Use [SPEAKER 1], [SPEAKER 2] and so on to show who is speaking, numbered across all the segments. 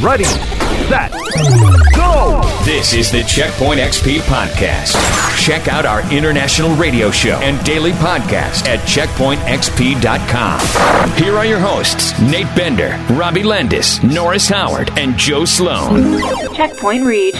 [SPEAKER 1] Ready, set, go!
[SPEAKER 2] This is the Checkpoint XP Podcast. Check out our international radio show and daily podcast at checkpointxp.com. Here are your hosts Nate Bender, Robbie Landis, Norris Howard, and Joe Sloan.
[SPEAKER 3] Checkpoint reached.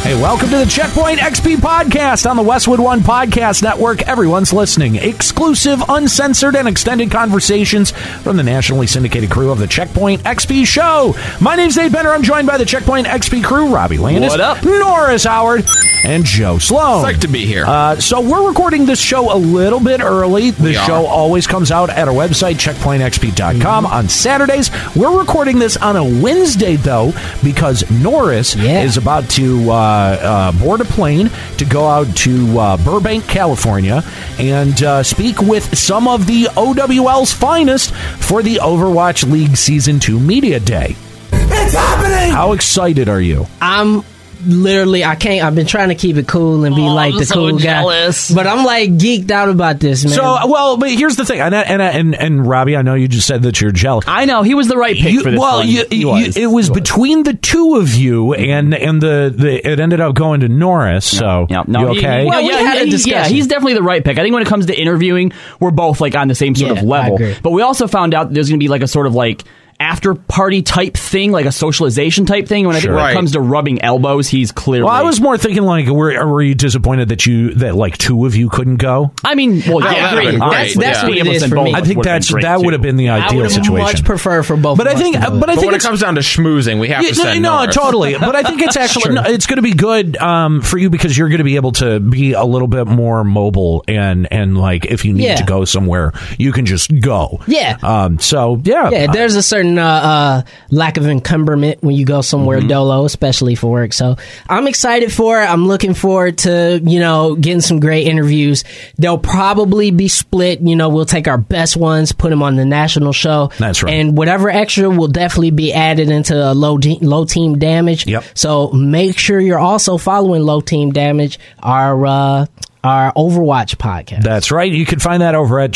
[SPEAKER 4] Hey, welcome to the Checkpoint XP podcast on the Westwood One Podcast Network. Everyone's listening. Exclusive, uncensored, and extended conversations from the nationally syndicated crew of the Checkpoint XP show. My name's Dave Benner. I'm joined by the Checkpoint XP crew, Robbie Landis,
[SPEAKER 5] What up?
[SPEAKER 4] Norris Howard, and Joe Sloan.
[SPEAKER 5] Psyched to be here.
[SPEAKER 4] Uh, so we're recording this show a little bit early. The
[SPEAKER 5] We are.
[SPEAKER 4] show always comes out at our website, checkpointxp.com,
[SPEAKER 5] Mm-hmm.
[SPEAKER 4] on Saturdays. We're recording this on a Wednesday, though, because Norris
[SPEAKER 6] Yeah.
[SPEAKER 4] is about to uh, uh, board a plane to go out to uh, Burbank, California, and uh, speak with some of the OWL's finest for the Overwatch League Season 2 Media Day.
[SPEAKER 7] It's happening!
[SPEAKER 4] How excited are you?
[SPEAKER 6] I'm literally I can't. I've been trying to keep it cool and be like the
[SPEAKER 5] Oh, I'm so
[SPEAKER 6] cool
[SPEAKER 5] jealous.
[SPEAKER 6] guy, but I'm like geeked out about this, man.
[SPEAKER 4] So, well, but here's the thing, and and and, and Robbie, I know you just said that you're jealous.
[SPEAKER 5] I know he was the right pick
[SPEAKER 4] You-
[SPEAKER 5] for this.
[SPEAKER 4] well,
[SPEAKER 5] one.
[SPEAKER 4] you-
[SPEAKER 5] He
[SPEAKER 4] you-
[SPEAKER 5] was.
[SPEAKER 4] it was between the two of you, and and the, the it ended up going to Norris. So
[SPEAKER 5] Yeah, no,
[SPEAKER 4] you
[SPEAKER 5] he-
[SPEAKER 4] okay?
[SPEAKER 5] he-
[SPEAKER 6] Well,
[SPEAKER 5] yeah,
[SPEAKER 6] we
[SPEAKER 5] he-
[SPEAKER 6] had a
[SPEAKER 5] he- Yeah,
[SPEAKER 6] discussion.
[SPEAKER 5] he's definitely the right pick. I think when it comes to interviewing, we're both like on the same sort
[SPEAKER 6] Yeah,
[SPEAKER 5] of
[SPEAKER 6] I
[SPEAKER 5] level.
[SPEAKER 6] agree.
[SPEAKER 5] But we also found out that there's going to be like a sort of like after party type thing, like a socialization type thing. When I think when
[SPEAKER 4] Right.
[SPEAKER 5] it comes to rubbing elbows, he's clearly.
[SPEAKER 4] well, I was more thinking like, were were you disappointed that you that like two of you couldn't go?
[SPEAKER 5] I mean, well,
[SPEAKER 6] I
[SPEAKER 5] yeah,
[SPEAKER 6] agree.
[SPEAKER 5] agree.
[SPEAKER 6] That's-
[SPEAKER 5] Obviously,
[SPEAKER 6] that's what
[SPEAKER 5] being
[SPEAKER 6] it
[SPEAKER 5] able to
[SPEAKER 6] is
[SPEAKER 5] send
[SPEAKER 6] for
[SPEAKER 5] both
[SPEAKER 6] me.
[SPEAKER 5] of
[SPEAKER 4] I
[SPEAKER 5] us
[SPEAKER 4] think
[SPEAKER 5] would've been
[SPEAKER 4] that's
[SPEAKER 5] great,
[SPEAKER 4] that would
[SPEAKER 5] too.
[SPEAKER 4] have been the
[SPEAKER 6] I
[SPEAKER 4] ideal
[SPEAKER 6] would
[SPEAKER 4] situation.
[SPEAKER 6] much prefer for both.
[SPEAKER 4] but
[SPEAKER 6] of
[SPEAKER 4] I think,
[SPEAKER 6] us to do it.
[SPEAKER 4] but I
[SPEAKER 8] But
[SPEAKER 4] think
[SPEAKER 8] when it
[SPEAKER 4] it's,
[SPEAKER 8] comes down to schmoozing, we have
[SPEAKER 4] Yeah,
[SPEAKER 8] to
[SPEAKER 4] no,
[SPEAKER 8] send
[SPEAKER 4] no,
[SPEAKER 8] Norris.
[SPEAKER 4] totally. But I think it's actually no, it's going to be good um, for you because you're going to be able to be a little bit more mobile and and like if you need
[SPEAKER 6] Yeah.
[SPEAKER 4] to go somewhere, you can just go.
[SPEAKER 6] Yeah.
[SPEAKER 4] Um. So yeah.
[SPEAKER 6] yeah, there's a certain uh, uh, lack of encumberment when you go somewhere
[SPEAKER 4] Mm-hmm.
[SPEAKER 6] dolo, especially for work. So I'm excited for it. I'm looking forward to you know getting some great interviews. They'll probably be split. You know, we'll take our best ones, put them on the national show.
[SPEAKER 4] That's right.
[SPEAKER 6] And whatever extra will definitely be added into a low de- low team damage.
[SPEAKER 4] Yep.
[SPEAKER 6] So make sure you're also following low team damage. Our uh, our Overwatch podcast.
[SPEAKER 4] That's right. You can find that over at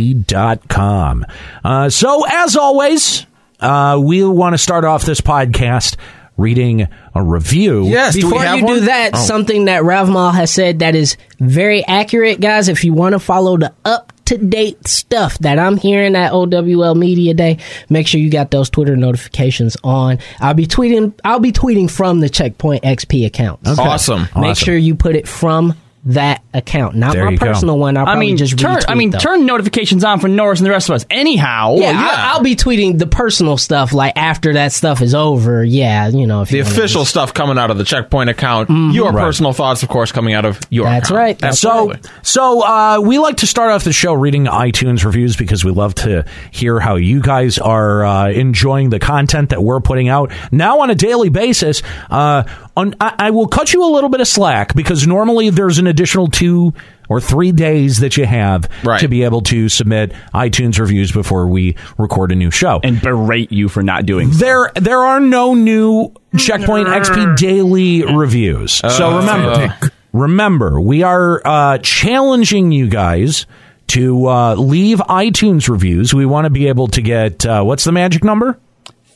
[SPEAKER 4] checkpointxp.com. Uh, so, as always, uh, we want to start off this podcast reading a review.
[SPEAKER 8] Yes, do we
[SPEAKER 6] Before
[SPEAKER 8] have
[SPEAKER 6] you
[SPEAKER 8] one?
[SPEAKER 6] do that, something that Ravmal has said that is very accurate, guys. If you want to follow the up to date stuff that I'm hearing at OWL Media Day, make sure you got those Twitter notifications on. I'll be tweeting. I'll be tweeting from the Checkpoint XP account.
[SPEAKER 8] Awesome.
[SPEAKER 6] Make sure you put it from that account, not
[SPEAKER 4] There
[SPEAKER 6] my
[SPEAKER 4] you go.
[SPEAKER 6] personal one. I'll
[SPEAKER 5] I
[SPEAKER 6] probably
[SPEAKER 5] mean,
[SPEAKER 6] just
[SPEAKER 5] turn.
[SPEAKER 6] retweet,
[SPEAKER 5] I mean,
[SPEAKER 6] though.
[SPEAKER 5] turn notifications on for Norris and the rest of us. Anyhow,
[SPEAKER 6] Yeah, I, will be tweeting the personal stuff like after that stuff is over. Yeah, you know, if
[SPEAKER 8] The
[SPEAKER 6] you wanna-
[SPEAKER 8] official stuff coming out of the checkpoint account.
[SPEAKER 4] Mm-hmm.
[SPEAKER 8] Your personal thoughts, of course, coming out of your.
[SPEAKER 6] That's
[SPEAKER 8] account.
[SPEAKER 6] right. That's
[SPEAKER 4] So, so uh, we like to start off the show reading iTunes reviews because we love to hear how you guys are uh, enjoying the content that we're putting out now on a daily basis. Uh, on, I, I will cut you a little bit of slack because normally there's an additional two or three days that you have
[SPEAKER 8] Right.
[SPEAKER 4] to be able to submit iTunes reviews before we record a new show.
[SPEAKER 5] and berate you for not doing. so.
[SPEAKER 4] There, there are no new Checkpoint XP daily reviews. so remember, remember, we are uh, challenging you guys to uh, leave iTunes reviews. We want to be able to get uh, what's the magic number?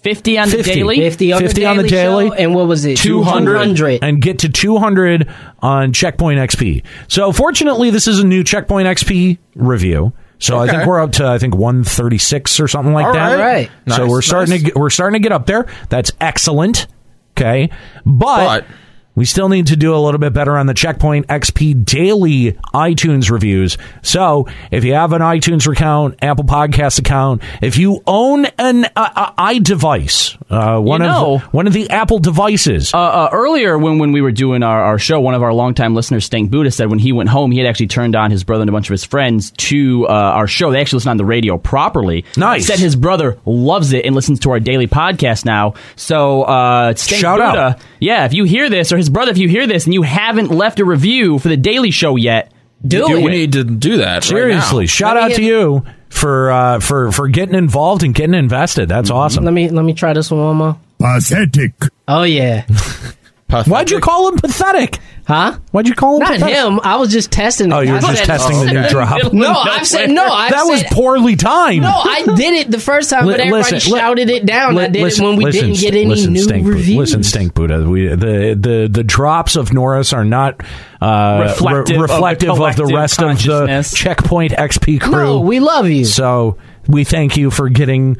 [SPEAKER 5] Fifty on
[SPEAKER 4] 50.
[SPEAKER 5] the daily.
[SPEAKER 6] 50 on,
[SPEAKER 4] 50
[SPEAKER 6] the,
[SPEAKER 4] on the
[SPEAKER 6] daily, show,
[SPEAKER 4] daily.
[SPEAKER 6] and what was it?
[SPEAKER 4] 200.
[SPEAKER 6] 200.
[SPEAKER 4] and get to 200 on Checkpoint XP. So fortunately, this is a new Checkpoint XP review. So I think
[SPEAKER 8] Okay.
[SPEAKER 4] we're up to I think 136 or something like
[SPEAKER 8] All
[SPEAKER 4] that.
[SPEAKER 8] right.
[SPEAKER 4] So
[SPEAKER 8] Nice,
[SPEAKER 4] we're starting
[SPEAKER 8] nice.
[SPEAKER 4] to get, we're starting to get up there. That's excellent. Okay, but.
[SPEAKER 8] But-
[SPEAKER 4] we still need to do a little bit better on the Checkpoint XP daily iTunes reviews. So, if you have an iTunes account, Apple Podcast account, if you own an uh, uh, iDevice, uh, one
[SPEAKER 5] know-
[SPEAKER 4] of one of the Apple devices,
[SPEAKER 6] Oh,
[SPEAKER 5] uh, earlier when, when we were doing our, our show, one of our longtime listeners, Stank Buddha, said when he went home, he had actually turned on his brother and a bunch of his friends to uh, our show. They actually listened on the radio properly.
[SPEAKER 4] Nice.
[SPEAKER 5] Said his brother loves it and listens to our daily podcast now. So uh, Stank
[SPEAKER 4] Shout
[SPEAKER 5] Buddha,
[SPEAKER 4] out.
[SPEAKER 5] yeah, if you hear this, or his brother, if you hear this, and you haven't left a review for the Daily Show yet, do,
[SPEAKER 8] You
[SPEAKER 5] it.
[SPEAKER 8] need to do that. right
[SPEAKER 4] Seriously,
[SPEAKER 8] now.
[SPEAKER 4] shout
[SPEAKER 6] Let me
[SPEAKER 4] out
[SPEAKER 6] get-
[SPEAKER 4] to you for uh, for for getting involved and getting invested. That's awesome.
[SPEAKER 6] Mm-hmm. Let me let me try this one one more.
[SPEAKER 9] Pathetic.
[SPEAKER 6] Oh yeah.
[SPEAKER 8] Pathetic.
[SPEAKER 4] Why'd you call him pathetic?
[SPEAKER 6] Huh?
[SPEAKER 4] Why'd you call him?
[SPEAKER 6] Not
[SPEAKER 4] pathetic?
[SPEAKER 6] him. I was just testing.
[SPEAKER 4] Oh,
[SPEAKER 6] it.
[SPEAKER 4] you were
[SPEAKER 6] I
[SPEAKER 4] just
[SPEAKER 6] said- "Oh."
[SPEAKER 4] testing the new drop.
[SPEAKER 6] No, I've said no. i
[SPEAKER 4] that was poorly timed.
[SPEAKER 6] No, I did it the first time,
[SPEAKER 4] Li-
[SPEAKER 6] but everybody
[SPEAKER 4] listen, li-
[SPEAKER 6] shouted it down. I
[SPEAKER 4] Li-
[SPEAKER 6] did it when we didn't
[SPEAKER 4] st-
[SPEAKER 6] get any
[SPEAKER 4] listen,
[SPEAKER 6] new
[SPEAKER 4] Stink Buddha-
[SPEAKER 6] reviews.
[SPEAKER 4] Listen, Stink Buddha, we, the, the the drops of Norris are not uh, re-
[SPEAKER 5] Reflective of the
[SPEAKER 4] reflective of, the
[SPEAKER 5] collective
[SPEAKER 4] rest of the
[SPEAKER 5] consciousness.
[SPEAKER 4] checkpoint XP crew.
[SPEAKER 6] no, we love you.
[SPEAKER 4] so we thank you for getting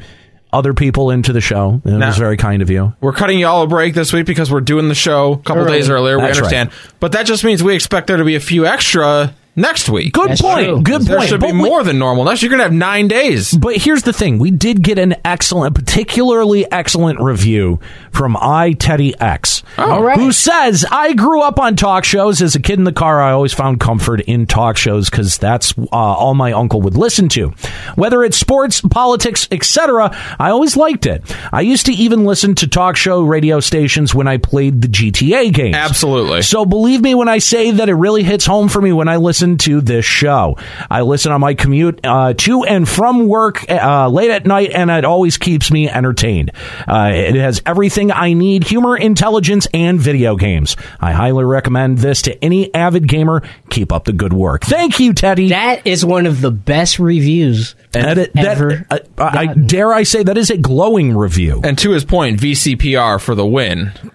[SPEAKER 4] other people into the show. It
[SPEAKER 8] Now-
[SPEAKER 4] was very kind of you.
[SPEAKER 8] We're cutting y'all a break this week because we're doing the show a couple days earlier.
[SPEAKER 4] That's
[SPEAKER 8] we understand, but that just means we expect there to be a few extra next week.
[SPEAKER 4] Good
[SPEAKER 6] That's
[SPEAKER 4] point.
[SPEAKER 6] true.
[SPEAKER 4] Good
[SPEAKER 8] There
[SPEAKER 4] point.
[SPEAKER 8] should
[SPEAKER 4] But
[SPEAKER 8] be
[SPEAKER 4] we-
[SPEAKER 8] more than normal. Next, you're gonna have nine days.
[SPEAKER 4] But here's the thing: we did get an excellent, particularly excellent review from I Teddy X,
[SPEAKER 8] Oh.
[SPEAKER 6] All right.
[SPEAKER 4] who says, "I grew up on talk shows. As a kid in the car, I always found comfort in talk shows because that's uh, all my uncle would listen to. Whether it's sports, politics, etc., I always liked it. I used to even listen to talk show radio stations when I played the GTA games.
[SPEAKER 8] Absolutely.
[SPEAKER 4] So believe me when I say that it really hits home for me when I listen to this show. I listen on my commute uh, to and from work uh, late at night, and it always keeps me entertained. Uh, it has everything I need: humor, intelligence, and video games. I highly recommend this to any avid gamer. Keep up the good work. Thank you, Teddy.
[SPEAKER 6] that is one of the best reviews.
[SPEAKER 4] That- that-
[SPEAKER 6] ever
[SPEAKER 4] uh, I, I dare I say that is a glowing review.
[SPEAKER 8] And to his point, VCPR for the win. Vice City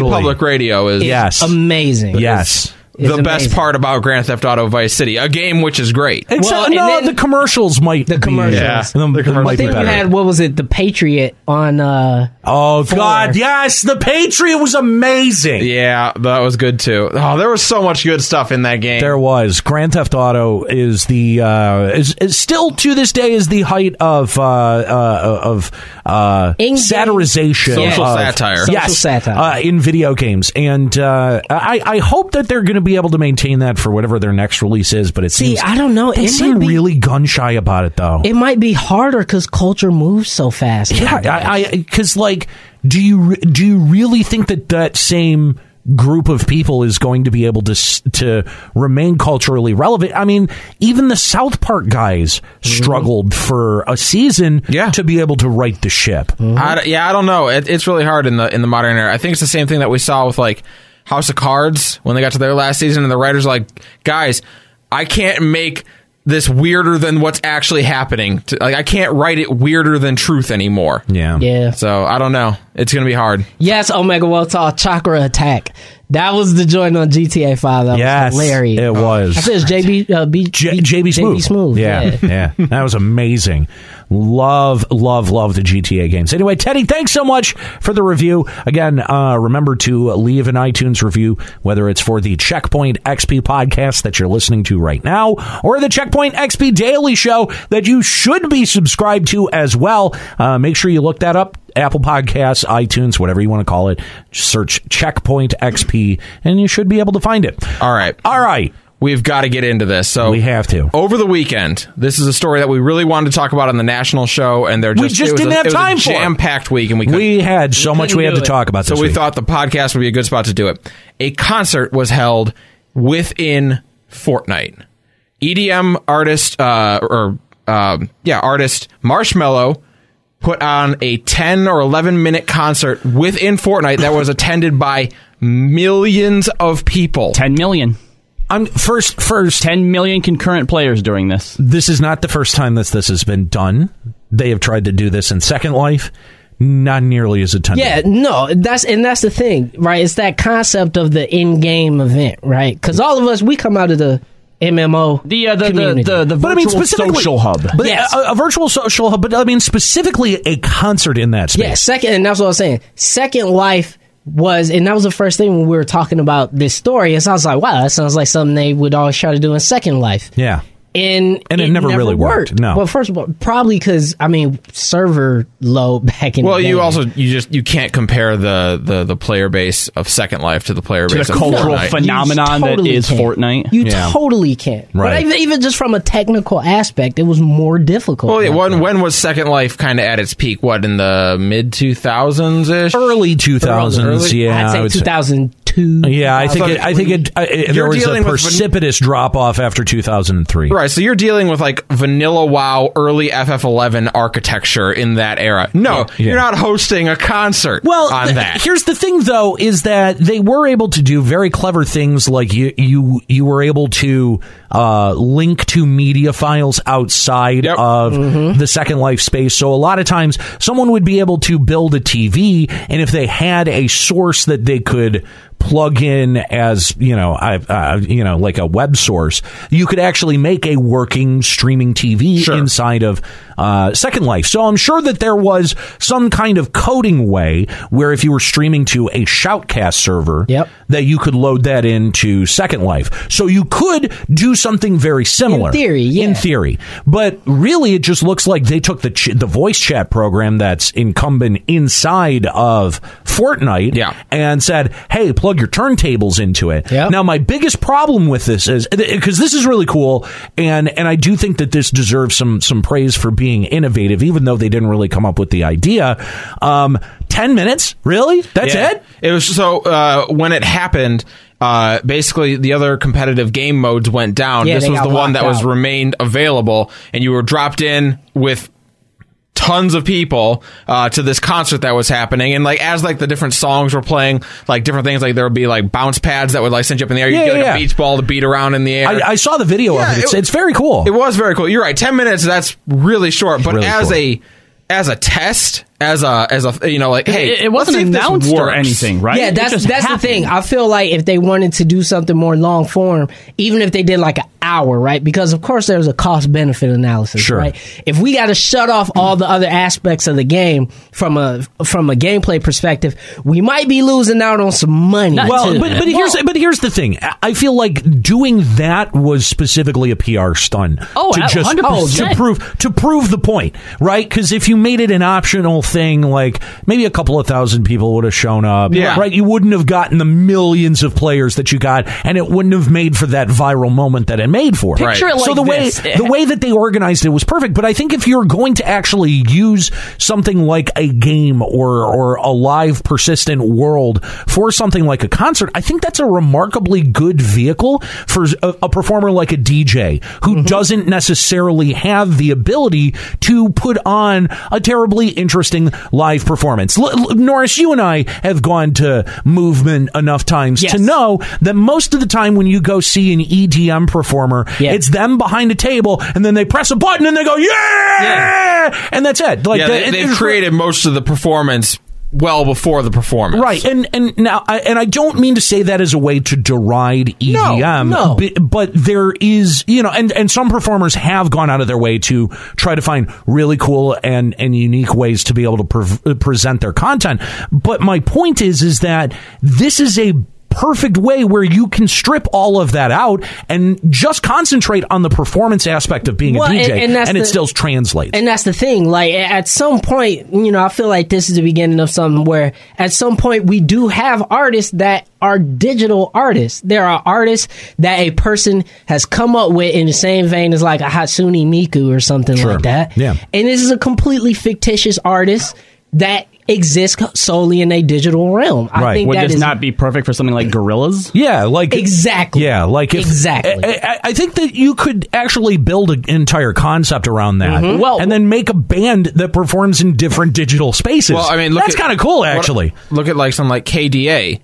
[SPEAKER 4] Totally.
[SPEAKER 8] Public Radio is
[SPEAKER 4] Yes.
[SPEAKER 6] Amazing.
[SPEAKER 4] Yes.
[SPEAKER 8] the
[SPEAKER 6] It's
[SPEAKER 8] best
[SPEAKER 6] amazing.
[SPEAKER 8] part about Grand Theft Auto Vice City, a game which is great.
[SPEAKER 4] Except
[SPEAKER 6] and
[SPEAKER 4] no,
[SPEAKER 6] then-
[SPEAKER 4] the commercials might
[SPEAKER 6] The
[SPEAKER 4] be-
[SPEAKER 6] commercials. Yeah.
[SPEAKER 4] them-
[SPEAKER 8] The
[SPEAKER 4] them
[SPEAKER 8] commercials.
[SPEAKER 4] might
[SPEAKER 6] I
[SPEAKER 4] be
[SPEAKER 6] think you
[SPEAKER 4] better.
[SPEAKER 6] had what was it? The Patriot on. uh
[SPEAKER 4] Oh
[SPEAKER 6] Four.
[SPEAKER 4] God, yes, the Patriot was amazing.
[SPEAKER 8] Yeah, that was good too. Oh, there was so much good stuff in that game.
[SPEAKER 4] There was Grand Theft Auto is the uh, is, is still to this day is the height of uh, uh, of uh,
[SPEAKER 6] In-game-
[SPEAKER 4] satirization,
[SPEAKER 8] Social
[SPEAKER 4] of-
[SPEAKER 8] satire. Social
[SPEAKER 4] yes,
[SPEAKER 6] satire.
[SPEAKER 4] uh, in video games, and uh, I I hope that they're going to be able to maintain that for whatever their next release is. But it
[SPEAKER 6] See,
[SPEAKER 4] seems
[SPEAKER 6] I don't know.
[SPEAKER 4] They
[SPEAKER 6] It
[SPEAKER 4] seem
[SPEAKER 6] might be-
[SPEAKER 4] really gun shy about it though.
[SPEAKER 6] It might be harder because culture moves so fast.
[SPEAKER 4] Yeah,
[SPEAKER 6] nowadays.
[SPEAKER 4] I because like, do you re- do you really think that that same group of people is going to be able to s- to remain culturally relevant? I mean, even the South Park guys struggled for a season
[SPEAKER 8] Yeah. Mm-hmm.
[SPEAKER 4] to be able to right the ship.
[SPEAKER 8] I d yeah, I don't know. It, it's really hard in the in the modern era. I think it's the same thing that we saw with like House of Cards when they got to their last season, and the writers are like, guys, I can't make this weirder than what's actually happening. To, like, I can't write it weirder than truth anymore.
[SPEAKER 4] Yeah,
[SPEAKER 6] Yeah.
[SPEAKER 8] So I don't know. It's gonna be hard.
[SPEAKER 6] Yes, Omega Wotaw Chakra Attack. That was the joint on GTA 5. That
[SPEAKER 4] Yes,
[SPEAKER 6] was hilarious.
[SPEAKER 4] it was.
[SPEAKER 6] I said it's JB, uh, B,
[SPEAKER 4] J- JB Smooth. Yeah, yeah. That was amazing. Love, love, love the GTA games. Anyway, Teddy, thanks so much for the review. Again, uh, remember to leave an iTunes review, whether it's for the Checkpoint XP podcast that you're listening to right now or the Checkpoint XP Daily Show that you should be subscribed to as well. Uh, make sure you look that up. Apple Podcasts, iTunes, whatever you want to call it. Search Checkpoint XP and you should be able to find it.
[SPEAKER 8] All right.
[SPEAKER 4] All right.
[SPEAKER 8] We've got to get into this. So
[SPEAKER 4] We have to.
[SPEAKER 8] Over the weekend, this is a story that we really wanted to talk about on the national show, and they're just,
[SPEAKER 4] We just
[SPEAKER 8] it was
[SPEAKER 4] didn't
[SPEAKER 8] a,
[SPEAKER 4] have
[SPEAKER 8] it was a
[SPEAKER 4] time for it.
[SPEAKER 8] jam-packed week, and we couldn't.
[SPEAKER 4] We had so much we had to
[SPEAKER 6] do it.
[SPEAKER 4] talk about
[SPEAKER 8] So
[SPEAKER 4] Uh, this
[SPEAKER 8] we
[SPEAKER 4] week.
[SPEAKER 8] thought the podcast would be a good spot to do it. A concert was held within Fortnite. EDM artist, uh, or um, yeah, artist Marshmello put on a 10 or 11 minute concert within Fortnite that was attended by millions of people.
[SPEAKER 5] 10 million.
[SPEAKER 4] I'm first first
[SPEAKER 5] 10 million concurrent players during this.
[SPEAKER 4] this is not the first time that this has been done. They have tried to do this in Second Life, not nearly as attended.
[SPEAKER 6] Yeah, no, that's and that's the thing, right? It's that concept of the in-game event, right? Because all of us, we come out of the MMO,
[SPEAKER 5] The, uh, the, the,
[SPEAKER 6] community.
[SPEAKER 5] the, the virtual
[SPEAKER 4] But I mean specifically
[SPEAKER 5] social hub.
[SPEAKER 4] But
[SPEAKER 6] Yes.
[SPEAKER 4] a, a virtual social hub, but I mean specifically a concert in that space.
[SPEAKER 6] Yeah, second, and that's what I was saying. Second Life was, and that was the first thing when we were talking about this story. It sounds like, wow, that sounds like something they would always try to do in Second Life.
[SPEAKER 4] Yeah.
[SPEAKER 6] And,
[SPEAKER 4] And it never really worked, no.
[SPEAKER 6] Well, first of all, probably because, I mean, server low back in
[SPEAKER 8] Well,
[SPEAKER 6] the day.
[SPEAKER 8] you also you just you can't compare the the, the player base of Second Life to the player
[SPEAKER 5] the
[SPEAKER 8] base of
[SPEAKER 5] cultural
[SPEAKER 8] Fortnite.
[SPEAKER 5] phen- phenomenon that is
[SPEAKER 6] can't.
[SPEAKER 5] Fortnite.
[SPEAKER 6] You
[SPEAKER 4] Yeah.
[SPEAKER 6] totally can't.
[SPEAKER 4] Right.
[SPEAKER 6] But even, even just from a technical aspect, it was more difficult.
[SPEAKER 8] Well, yeah, when when was Second Life kind of at its peak? What in the mid two thousands ish?
[SPEAKER 4] Early 2000s,
[SPEAKER 8] Early-
[SPEAKER 4] yeah.
[SPEAKER 6] I'd
[SPEAKER 4] I
[SPEAKER 6] say
[SPEAKER 4] would
[SPEAKER 6] 2002 two.
[SPEAKER 4] Yeah, I think it, I think it, uh, it there
[SPEAKER 8] You're
[SPEAKER 4] was a
[SPEAKER 8] dealing with van-
[SPEAKER 4] precipitous drop off after 2003.
[SPEAKER 8] Right, so you're dealing with like vanilla WoW early FF11 architecture in that era. No,
[SPEAKER 4] Yeah.
[SPEAKER 8] you're not hosting a concert
[SPEAKER 4] Well,
[SPEAKER 8] on
[SPEAKER 4] th-
[SPEAKER 8] that.
[SPEAKER 4] here's the thing, though, is that they were able to do very clever things, like you you you were able to uh, link to media files outside
[SPEAKER 8] Yep.
[SPEAKER 4] of
[SPEAKER 6] Mm-hmm.
[SPEAKER 4] the Second Life space. So a lot of times, someone would be able to build a TV, and if they had a source that they could plug in as you know, I, uh, you know, like a web source, you could actually make a working streaming TV
[SPEAKER 8] Sure.
[SPEAKER 4] inside inside of uh, Second Life. So I'm sure that there was some kind of coding way where if you were streaming to a Shoutcast server,
[SPEAKER 6] Yep.
[SPEAKER 4] that you could load that into Second Life. So you could do something very similar
[SPEAKER 6] In theory, yeah.
[SPEAKER 4] In theory, but really, it just looks like they took the ch- the voice chat program that's incumbent inside of Fortnite,
[SPEAKER 8] Yeah.
[SPEAKER 4] and said, "Hey, plug your turntables into it."
[SPEAKER 6] Yep.
[SPEAKER 4] Now, my biggest problem with this is because this is really cool, and and I do think that this deserves some some praise for being innovative, even though they didn't really come up with the idea. Um, Ten minutes, really? That's
[SPEAKER 8] Yeah.
[SPEAKER 4] it?
[SPEAKER 8] It was so uh, when it happened. Uh, basically, the other competitive game modes went down.
[SPEAKER 6] Yeah,
[SPEAKER 8] this
[SPEAKER 6] they
[SPEAKER 8] was
[SPEAKER 6] got
[SPEAKER 8] the one that
[SPEAKER 6] locked
[SPEAKER 8] was
[SPEAKER 6] out.
[SPEAKER 8] remained available, and you were dropped in with tons of people uh, to this concert that was happening. And like as like the different songs were playing, like different things, like there would be like bounce pads that would like send you up in the air. You'd
[SPEAKER 4] Yeah,
[SPEAKER 8] get like
[SPEAKER 4] yeah,
[SPEAKER 8] a
[SPEAKER 4] yeah.
[SPEAKER 8] beach ball to beat around in the air.
[SPEAKER 4] I, I saw the video
[SPEAKER 8] Yeah,
[SPEAKER 4] of it. It's,
[SPEAKER 8] it-
[SPEAKER 4] it's very cool.
[SPEAKER 8] It was very cool. You're right. Ten minutes. That's really short. But
[SPEAKER 4] really
[SPEAKER 8] as
[SPEAKER 4] short.
[SPEAKER 8] a as a test, as a as a you know, like hey,
[SPEAKER 5] it, it
[SPEAKER 8] let's
[SPEAKER 5] wasn't
[SPEAKER 8] see if this
[SPEAKER 5] announced or
[SPEAKER 8] works.
[SPEAKER 5] anything, right?
[SPEAKER 6] Yeah,
[SPEAKER 5] It
[SPEAKER 6] that's
[SPEAKER 5] just
[SPEAKER 6] that's
[SPEAKER 5] happened.
[SPEAKER 6] the thing. I feel like if they wanted to do something more long form, even if they did like an hour, right? Because of course there's a cost benefit analysis,
[SPEAKER 4] Sure.
[SPEAKER 6] right? If we got to shut off all the other aspects of the game from a from a gameplay perspective, we might be losing out on some money.
[SPEAKER 4] Well,
[SPEAKER 6] too.
[SPEAKER 4] but, but here's but here's the thing. I- I feel like doing that was specifically a PR stunt.
[SPEAKER 5] Oh,
[SPEAKER 4] to
[SPEAKER 5] a-
[SPEAKER 4] just
[SPEAKER 5] 100%.
[SPEAKER 4] to prove to prove the point, right? Because if you made it an optional thing, like maybe a couple of thousand people would have shown up,
[SPEAKER 8] Yeah.
[SPEAKER 4] right? You wouldn't have gotten the millions of players that you got, and it wouldn't have made for that viral moment that it made for.
[SPEAKER 8] Picture
[SPEAKER 5] Right. it
[SPEAKER 4] so
[SPEAKER 5] like
[SPEAKER 4] the
[SPEAKER 5] this.
[SPEAKER 4] way the way that they organized it was perfect. But I think if you're going to actually use something like a game or or a live persistent world for something like a concert, I think that's a remarkably good vehicle for a, a performer like a DJ who doesn't necessarily have the ability to put on a terribly interesting live performance. L- L- Norris, you and I have gone to movement enough times
[SPEAKER 6] Yes.
[SPEAKER 4] to know that most of the time when you go see an EDM performer,
[SPEAKER 6] Yeah.
[SPEAKER 4] it's them behind a table, and then they press a button, and they go, "Yeah!" And that's it. Like
[SPEAKER 8] Yeah,
[SPEAKER 4] that-
[SPEAKER 8] they,
[SPEAKER 4] it-
[SPEAKER 8] they've
[SPEAKER 4] it's-
[SPEAKER 8] created most of the performance well before the performance,
[SPEAKER 4] Right, and and now, I, and I don't mean to say that as a way to deride EDM,
[SPEAKER 6] no.
[SPEAKER 4] b- but there is, you know, and and some performers have gone out of their way to try to find really cool and and unique ways to be able to pre- present their content. But my point is, is that this is a perfect way where you can strip all of that out and just concentrate on the performance aspect of being
[SPEAKER 6] Well,
[SPEAKER 4] a
[SPEAKER 6] and-
[SPEAKER 4] DJ,
[SPEAKER 6] and that's
[SPEAKER 4] it
[SPEAKER 6] the-
[SPEAKER 4] still translates.
[SPEAKER 6] And that's the thing. Like a- at some point, you know, I feel like this is the beginning of something where at some point we do have artists that are digital artists. There are artists that a person has come up with in the same vein as like a Hatsune Miku or something
[SPEAKER 4] Sure.
[SPEAKER 6] like that.
[SPEAKER 4] Yeah.
[SPEAKER 6] And this is a completely fictitious artist that exists solely in a digital realm. I
[SPEAKER 4] Right.
[SPEAKER 6] think
[SPEAKER 5] Would
[SPEAKER 6] that
[SPEAKER 5] this
[SPEAKER 6] is
[SPEAKER 5] not be perfect for something like gorillas?
[SPEAKER 4] Yeah, like
[SPEAKER 6] Exactly.
[SPEAKER 4] Yeah, like if,
[SPEAKER 6] Exactly.
[SPEAKER 4] I, I- I think that you could actually build an entire concept around that.
[SPEAKER 6] Mm-hmm.
[SPEAKER 5] Well-
[SPEAKER 4] and then make a band that performs in different digital spaces.
[SPEAKER 8] Well, I mean, look
[SPEAKER 4] that's
[SPEAKER 8] at-
[SPEAKER 4] kind of cool,
[SPEAKER 8] what-
[SPEAKER 4] actually.
[SPEAKER 8] look at like some like KDA,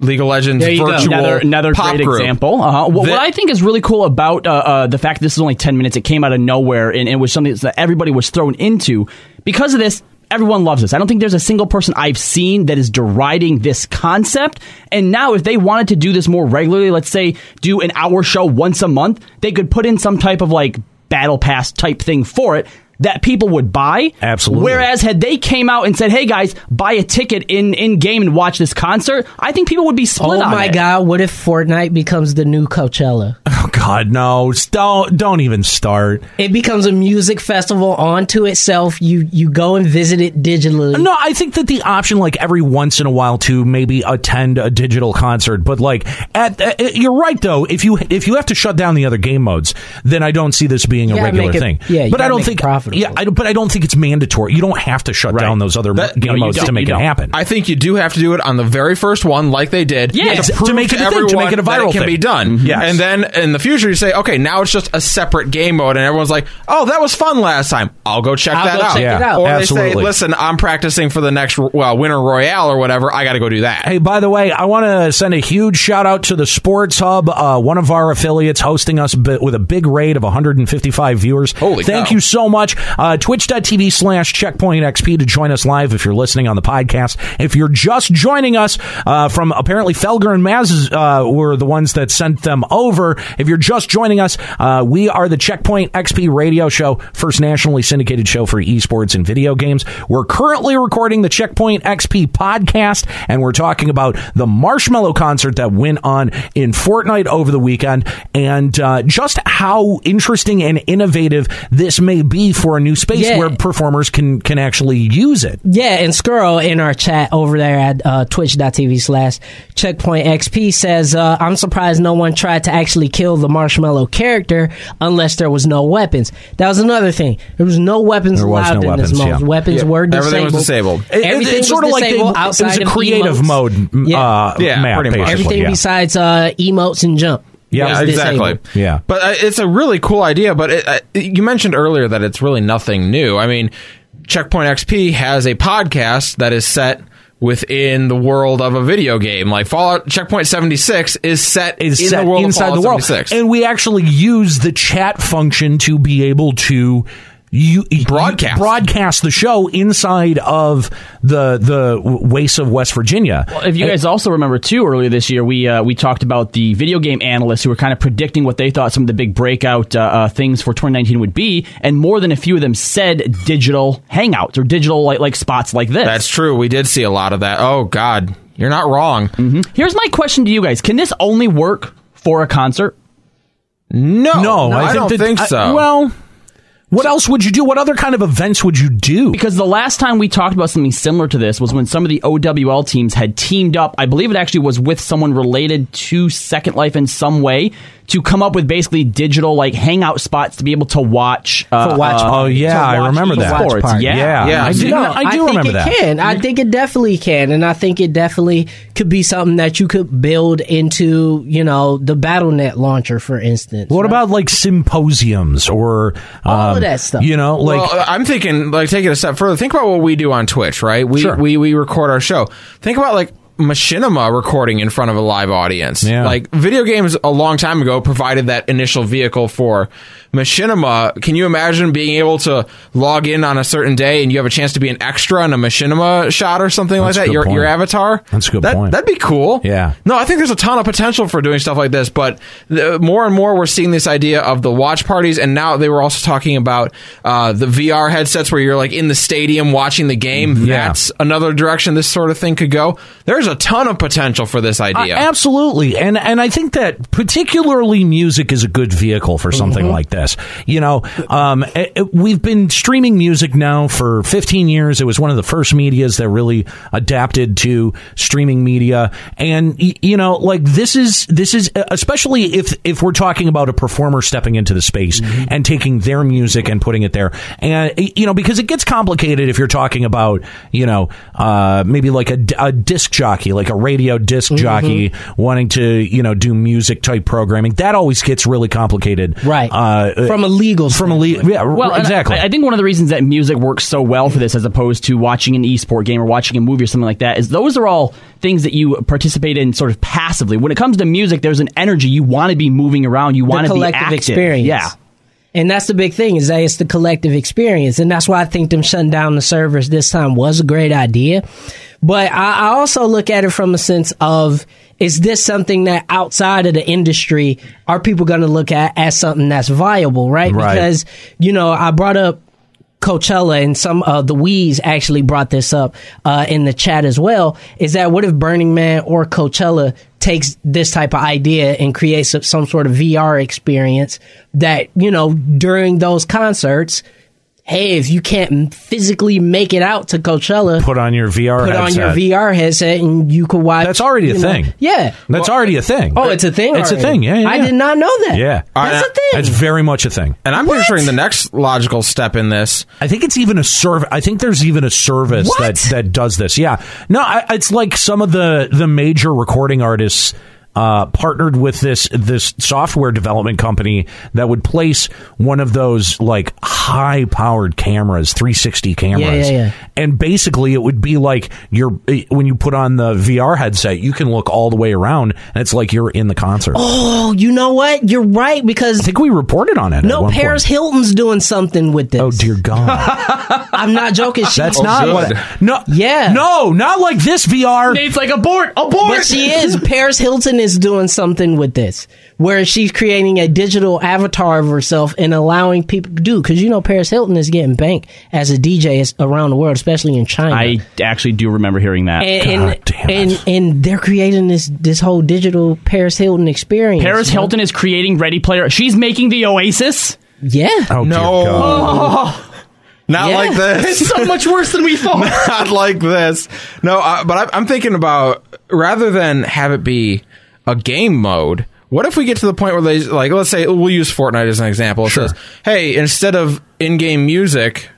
[SPEAKER 8] League of Legends
[SPEAKER 6] There you go.
[SPEAKER 8] virtual
[SPEAKER 5] another, another
[SPEAKER 8] pop
[SPEAKER 5] great
[SPEAKER 8] group.
[SPEAKER 5] example. Uh-huh. What,
[SPEAKER 8] The-
[SPEAKER 5] what I think is really cool about uh, uh, the fact this is only 10 minutes, it came out of nowhere, and it was something that everybody was thrown into. Because of this, everyone loves this. I don't think there's a single person I've seen that is deriding this concept. And now, if they wanted to do this more regularly, let's say do an hour show once a month, they could put in some type of like battle pass type thing for it. That people would buy.
[SPEAKER 4] Absolutely.
[SPEAKER 5] Whereas as had they came out and said, "Hey guys, buy a ticket in in game and watch this concert," I think people would be split
[SPEAKER 6] Oh
[SPEAKER 5] on
[SPEAKER 6] my
[SPEAKER 5] it.
[SPEAKER 6] god, what if Fortnite becomes the new Coachella?
[SPEAKER 4] Oh, God, no! Don't don't even start.
[SPEAKER 6] It becomes a music festival onto itself. You you go and visit it digitally.
[SPEAKER 4] No, I think that the option, like every once in a while, to maybe attend a digital concert. But like, at, uh, you're right though. If you if you have to shut down the other game modes, then I don't see this being a
[SPEAKER 6] gotta
[SPEAKER 4] regular
[SPEAKER 6] make it-
[SPEAKER 4] thing.
[SPEAKER 6] yeah, you
[SPEAKER 4] but I
[SPEAKER 6] gotta
[SPEAKER 4] don't
[SPEAKER 6] make it
[SPEAKER 4] think
[SPEAKER 6] profitable.
[SPEAKER 4] Yeah, I, don't- but I don't think it's mandatory. You don't have to shut down those other
[SPEAKER 8] That- no,
[SPEAKER 4] game
[SPEAKER 8] you
[SPEAKER 4] modes to
[SPEAKER 8] don't,
[SPEAKER 4] make
[SPEAKER 8] you
[SPEAKER 4] it
[SPEAKER 8] don't.
[SPEAKER 4] happen.
[SPEAKER 8] I think you do have to do it on the very first one, like they did.
[SPEAKER 5] Yeah, ex-
[SPEAKER 8] to,
[SPEAKER 5] to
[SPEAKER 8] prove
[SPEAKER 4] make it a thing, to
[SPEAKER 8] everyone
[SPEAKER 4] make it a
[SPEAKER 8] that
[SPEAKER 4] viral
[SPEAKER 8] can
[SPEAKER 4] thing. Mm-hmm.
[SPEAKER 8] be done.
[SPEAKER 4] Yes.
[SPEAKER 8] and then in the future you say, okay, now it's just a separate game mode, and everyone's like, oh, that was fun last time. I'll go check
[SPEAKER 6] I'll
[SPEAKER 8] that
[SPEAKER 6] go
[SPEAKER 8] out.
[SPEAKER 6] check it Yeah, out.
[SPEAKER 8] Or they say,
[SPEAKER 4] absolutely.
[SPEAKER 8] listen, I'm practicing for the next well, Winter Royale or whatever. I got to go do that.
[SPEAKER 4] Hey, by the way, I want to send a huge shout out to the Sports Hub, uh, one of our affiliates hosting us bi- with a big raid of 155 viewers.
[SPEAKER 8] Holy
[SPEAKER 4] Thank
[SPEAKER 8] cow.
[SPEAKER 4] you so much. Uh, Twitch.tv slash Checkpoint XP to join us live if you're listening on the podcast. If you're just joining us uh, from apparently Felger and Maz uh, were the ones that sent them over. If you're just joining us, uh, we are the Checkpoint XP radio show, first nationally syndicated show for esports and video games. We're currently recording the Checkpoint XP podcast, and we're talking about the Marshmallow concert that went on in Fortnite over the weekend, and uh, just how interesting and innovative this may be for a new space
[SPEAKER 6] Yeah.
[SPEAKER 4] where performers can can actually use it.
[SPEAKER 6] Yeah, and Skrull in our chat over there at uh, twitch.tv slash checkpoint XP says, uh, I'm surprised no one tried to actually kill the marshmallow character unless there was no weapons. That was another thing. There was no weapons
[SPEAKER 4] There was
[SPEAKER 6] allowed
[SPEAKER 4] no
[SPEAKER 6] in
[SPEAKER 4] weapons,
[SPEAKER 6] this mode.
[SPEAKER 4] yeah.
[SPEAKER 6] Weapons were disabled.
[SPEAKER 8] Everything was disabled.
[SPEAKER 4] It- it-
[SPEAKER 6] Everything
[SPEAKER 4] it's
[SPEAKER 6] was
[SPEAKER 4] sort of like they,
[SPEAKER 6] disabled
[SPEAKER 4] it was
[SPEAKER 6] outside
[SPEAKER 4] a
[SPEAKER 6] of
[SPEAKER 4] creative
[SPEAKER 6] emotes.
[SPEAKER 4] mode m-
[SPEAKER 6] Yeah.
[SPEAKER 4] uh,
[SPEAKER 8] Yeah,
[SPEAKER 4] map,
[SPEAKER 8] pretty much.
[SPEAKER 4] basically,
[SPEAKER 6] Everything
[SPEAKER 4] yeah.
[SPEAKER 6] besides uh, emotes and jump.
[SPEAKER 4] Yeah,
[SPEAKER 6] was
[SPEAKER 8] Yeah, exactly.
[SPEAKER 6] disabled.
[SPEAKER 4] Yeah.
[SPEAKER 8] but uh, it's a really cool idea. But it, uh, you mentioned earlier that it's really nothing new. I mean, Checkpoint XP has a podcast that is set within the world of a video game. Like Fallout Checkpoint seventy six is set
[SPEAKER 4] is
[SPEAKER 8] in
[SPEAKER 4] set
[SPEAKER 8] the world
[SPEAKER 4] inside
[SPEAKER 8] of
[SPEAKER 4] the
[SPEAKER 8] Fallout
[SPEAKER 4] world,
[SPEAKER 8] 76.
[SPEAKER 4] and we actually use the chat function to be able to you
[SPEAKER 8] Broadcast.
[SPEAKER 4] broadcast the show inside of the the wastes of West Virginia.
[SPEAKER 5] If you guys also remember too, earlier this year we uh, we talked about the video game analysts who were kind of predicting what they thought some of the big breakout uh, uh, things for 2019 would be, and more than a few of them said digital hangouts or digital like like spots like this.
[SPEAKER 8] That's true. We did see a lot of that. Oh God, you're not wrong.
[SPEAKER 4] Mm-hmm.
[SPEAKER 5] Here's my question to you guys: Can this only work for a concert?
[SPEAKER 8] No,
[SPEAKER 4] no, I, think
[SPEAKER 8] don't
[SPEAKER 4] that-
[SPEAKER 8] think
[SPEAKER 4] I-
[SPEAKER 8] so.
[SPEAKER 4] well, what else would you do? What other kind of events would you do?
[SPEAKER 5] Because the last time we talked about something similar to this was when some of the OWL teams had teamed up. I believe it actually was with someone related to Second Life in some way to come up with basically digital like hangout spots to be able to watch. Uh,
[SPEAKER 6] For watch
[SPEAKER 5] uh,
[SPEAKER 4] oh yeah,
[SPEAKER 5] to
[SPEAKER 4] I
[SPEAKER 5] watch
[SPEAKER 4] remember that.
[SPEAKER 5] esports. Yeah.
[SPEAKER 4] yeah,
[SPEAKER 8] Yeah.
[SPEAKER 4] I do,
[SPEAKER 8] No,
[SPEAKER 4] I do
[SPEAKER 6] think
[SPEAKER 4] remember
[SPEAKER 6] it
[SPEAKER 4] that.
[SPEAKER 6] Can I think it definitely can, and I think it definitely could be something that you could build into, you know, the BattleNet launcher, for instance.
[SPEAKER 4] What about like symposiums or
[SPEAKER 6] All of
[SPEAKER 4] um,
[SPEAKER 6] that stuff.
[SPEAKER 4] You know, like
[SPEAKER 8] well, uh, I'm thinking, like, take it a step further. Think about what we do on Twitch, right? We
[SPEAKER 4] Sure.
[SPEAKER 8] we, we record our show. Think about like machinima recording in front of a live audience.
[SPEAKER 4] Yeah.
[SPEAKER 8] Like video games a long time ago provided that initial vehicle for machinima. Can you imagine being able to log in on a certain day and you have a chance to be an extra in a machinima shot or something
[SPEAKER 4] That's a
[SPEAKER 8] like that?
[SPEAKER 4] good
[SPEAKER 8] Your your
[SPEAKER 4] point.
[SPEAKER 8] avatar?
[SPEAKER 4] That's a good
[SPEAKER 8] That-
[SPEAKER 4] point.
[SPEAKER 8] That'd be cool.
[SPEAKER 4] Yeah.
[SPEAKER 8] No, I think there's a ton of potential for doing stuff like this, but the, more and more we're seeing this idea of the watch parties, and now they were also talking about uh, the VR headsets where you're like in the stadium watching the game.
[SPEAKER 4] Yeah.
[SPEAKER 8] That's another direction this sort of thing could go. There's a ton of potential for this idea.
[SPEAKER 4] Uh, absolutely, and and I think that particularly music is a good vehicle for something like this. You know, um, eh, eh, we've been streaming music now for 15 years. It was one of the first media's that really adapted to streaming media, and y- you know, like this is this is especially if if we're talking about a performer stepping into the space
[SPEAKER 6] Mm-hmm.
[SPEAKER 4] and taking their music and putting it there, and eh, you know, because it gets complicated if you're talking about you know uh, maybe like a, d- a disc jockey, like a radio disc
[SPEAKER 6] Mm-hmm.
[SPEAKER 4] jockey wanting to you know do music type programming. That always gets really complicated,
[SPEAKER 6] Right.
[SPEAKER 4] Uh,
[SPEAKER 6] From a legal
[SPEAKER 4] from a legal, yeah, r-
[SPEAKER 5] Well, and
[SPEAKER 4] exactly.
[SPEAKER 5] I, I think one of the reasons that music works so well for this, as opposed to watching an esport game or watching a movie or something like that, is those are all things that you participate in sort of passively. When it comes to music, there's an energy you want to be moving around, you want
[SPEAKER 6] the
[SPEAKER 5] to be
[SPEAKER 6] collective
[SPEAKER 5] active.
[SPEAKER 6] experience?
[SPEAKER 5] Yeah.
[SPEAKER 6] And that's the big thing is that it's the collective experience, and that's why I think them shutting down the servers this time was a great idea. But I, I also look at it from a sense of is this something that outside of the industry are people going to look at as something that's viable, right?
[SPEAKER 4] Right.
[SPEAKER 6] Because you know I brought up Coachella and some of the Wees actually brought this up uh, in the chat as well. Is that what if Burning Man or Coachella takes this type of idea and creates a- some sort of VR experience that, you know, during those concerts, hey, if you can't physically make it out to Coachella,
[SPEAKER 4] Put on your VR
[SPEAKER 6] put on
[SPEAKER 4] headset.
[SPEAKER 6] your VR headset and you could watch.
[SPEAKER 4] That's already a
[SPEAKER 6] you know-
[SPEAKER 4] thing.
[SPEAKER 6] Yeah.
[SPEAKER 4] That's already a thing.
[SPEAKER 6] Oh, it's a thing.
[SPEAKER 4] It's
[SPEAKER 6] already.
[SPEAKER 4] a thing. Yeah, yeah,
[SPEAKER 6] I
[SPEAKER 4] yeah.
[SPEAKER 6] did not know that.
[SPEAKER 4] Yeah.
[SPEAKER 6] that's
[SPEAKER 8] I-
[SPEAKER 6] a thing.
[SPEAKER 4] It's very much a thing.
[SPEAKER 8] And I'm picturing the next logical step in this.
[SPEAKER 4] I think it's even a serv. I think there's even a service
[SPEAKER 6] What?
[SPEAKER 4] that that does this. Yeah, no, I, it's like some of the the major recording artists uh, partnered with this this software development company that would place one of those like high powered cameras, 360 cameras,
[SPEAKER 6] yeah.
[SPEAKER 4] and basically it would be like you're when you put on the VR headset, you can look all the way around, and it's like you're in the concert.
[SPEAKER 6] oh, you know what? You're right
[SPEAKER 4] I
[SPEAKER 6] because
[SPEAKER 4] think we reported on it. at
[SPEAKER 6] no
[SPEAKER 4] one
[SPEAKER 6] Paris
[SPEAKER 4] point.
[SPEAKER 6] Hilton's doing something with this.
[SPEAKER 4] Oh dear God.
[SPEAKER 6] I'm not joking. She,
[SPEAKER 4] That's not
[SPEAKER 8] good.
[SPEAKER 4] what. No.
[SPEAKER 6] Yeah.
[SPEAKER 4] No, not like this VR.
[SPEAKER 5] Nate's like abort,
[SPEAKER 6] But
[SPEAKER 5] abort.
[SPEAKER 6] she is. Paris Hilton is doing something with this, where she's creating a digital avatar of herself and allowing people to do. Because you know, Paris Hilton is getting bank as a DJ is around the world, especially in China.
[SPEAKER 5] I actually do remember hearing that.
[SPEAKER 6] and
[SPEAKER 4] God damn
[SPEAKER 6] and, and and they're creating this this whole digital Paris Hilton experience.
[SPEAKER 5] Paris Hilton is creating Ready Player. She's making the Oasis.
[SPEAKER 6] yeah.
[SPEAKER 4] Oh, dear
[SPEAKER 8] No.
[SPEAKER 4] God.
[SPEAKER 8] Not
[SPEAKER 6] Yeah.
[SPEAKER 8] like this.
[SPEAKER 5] It's Oh, so much worse than we thought.
[SPEAKER 8] not like this. No, uh, but I, I'm thinking about rather than have it be a game mode. What if we get to the point where they like, let's say we'll use Fortnite as an example. It says, "Hey, instead of in-game music,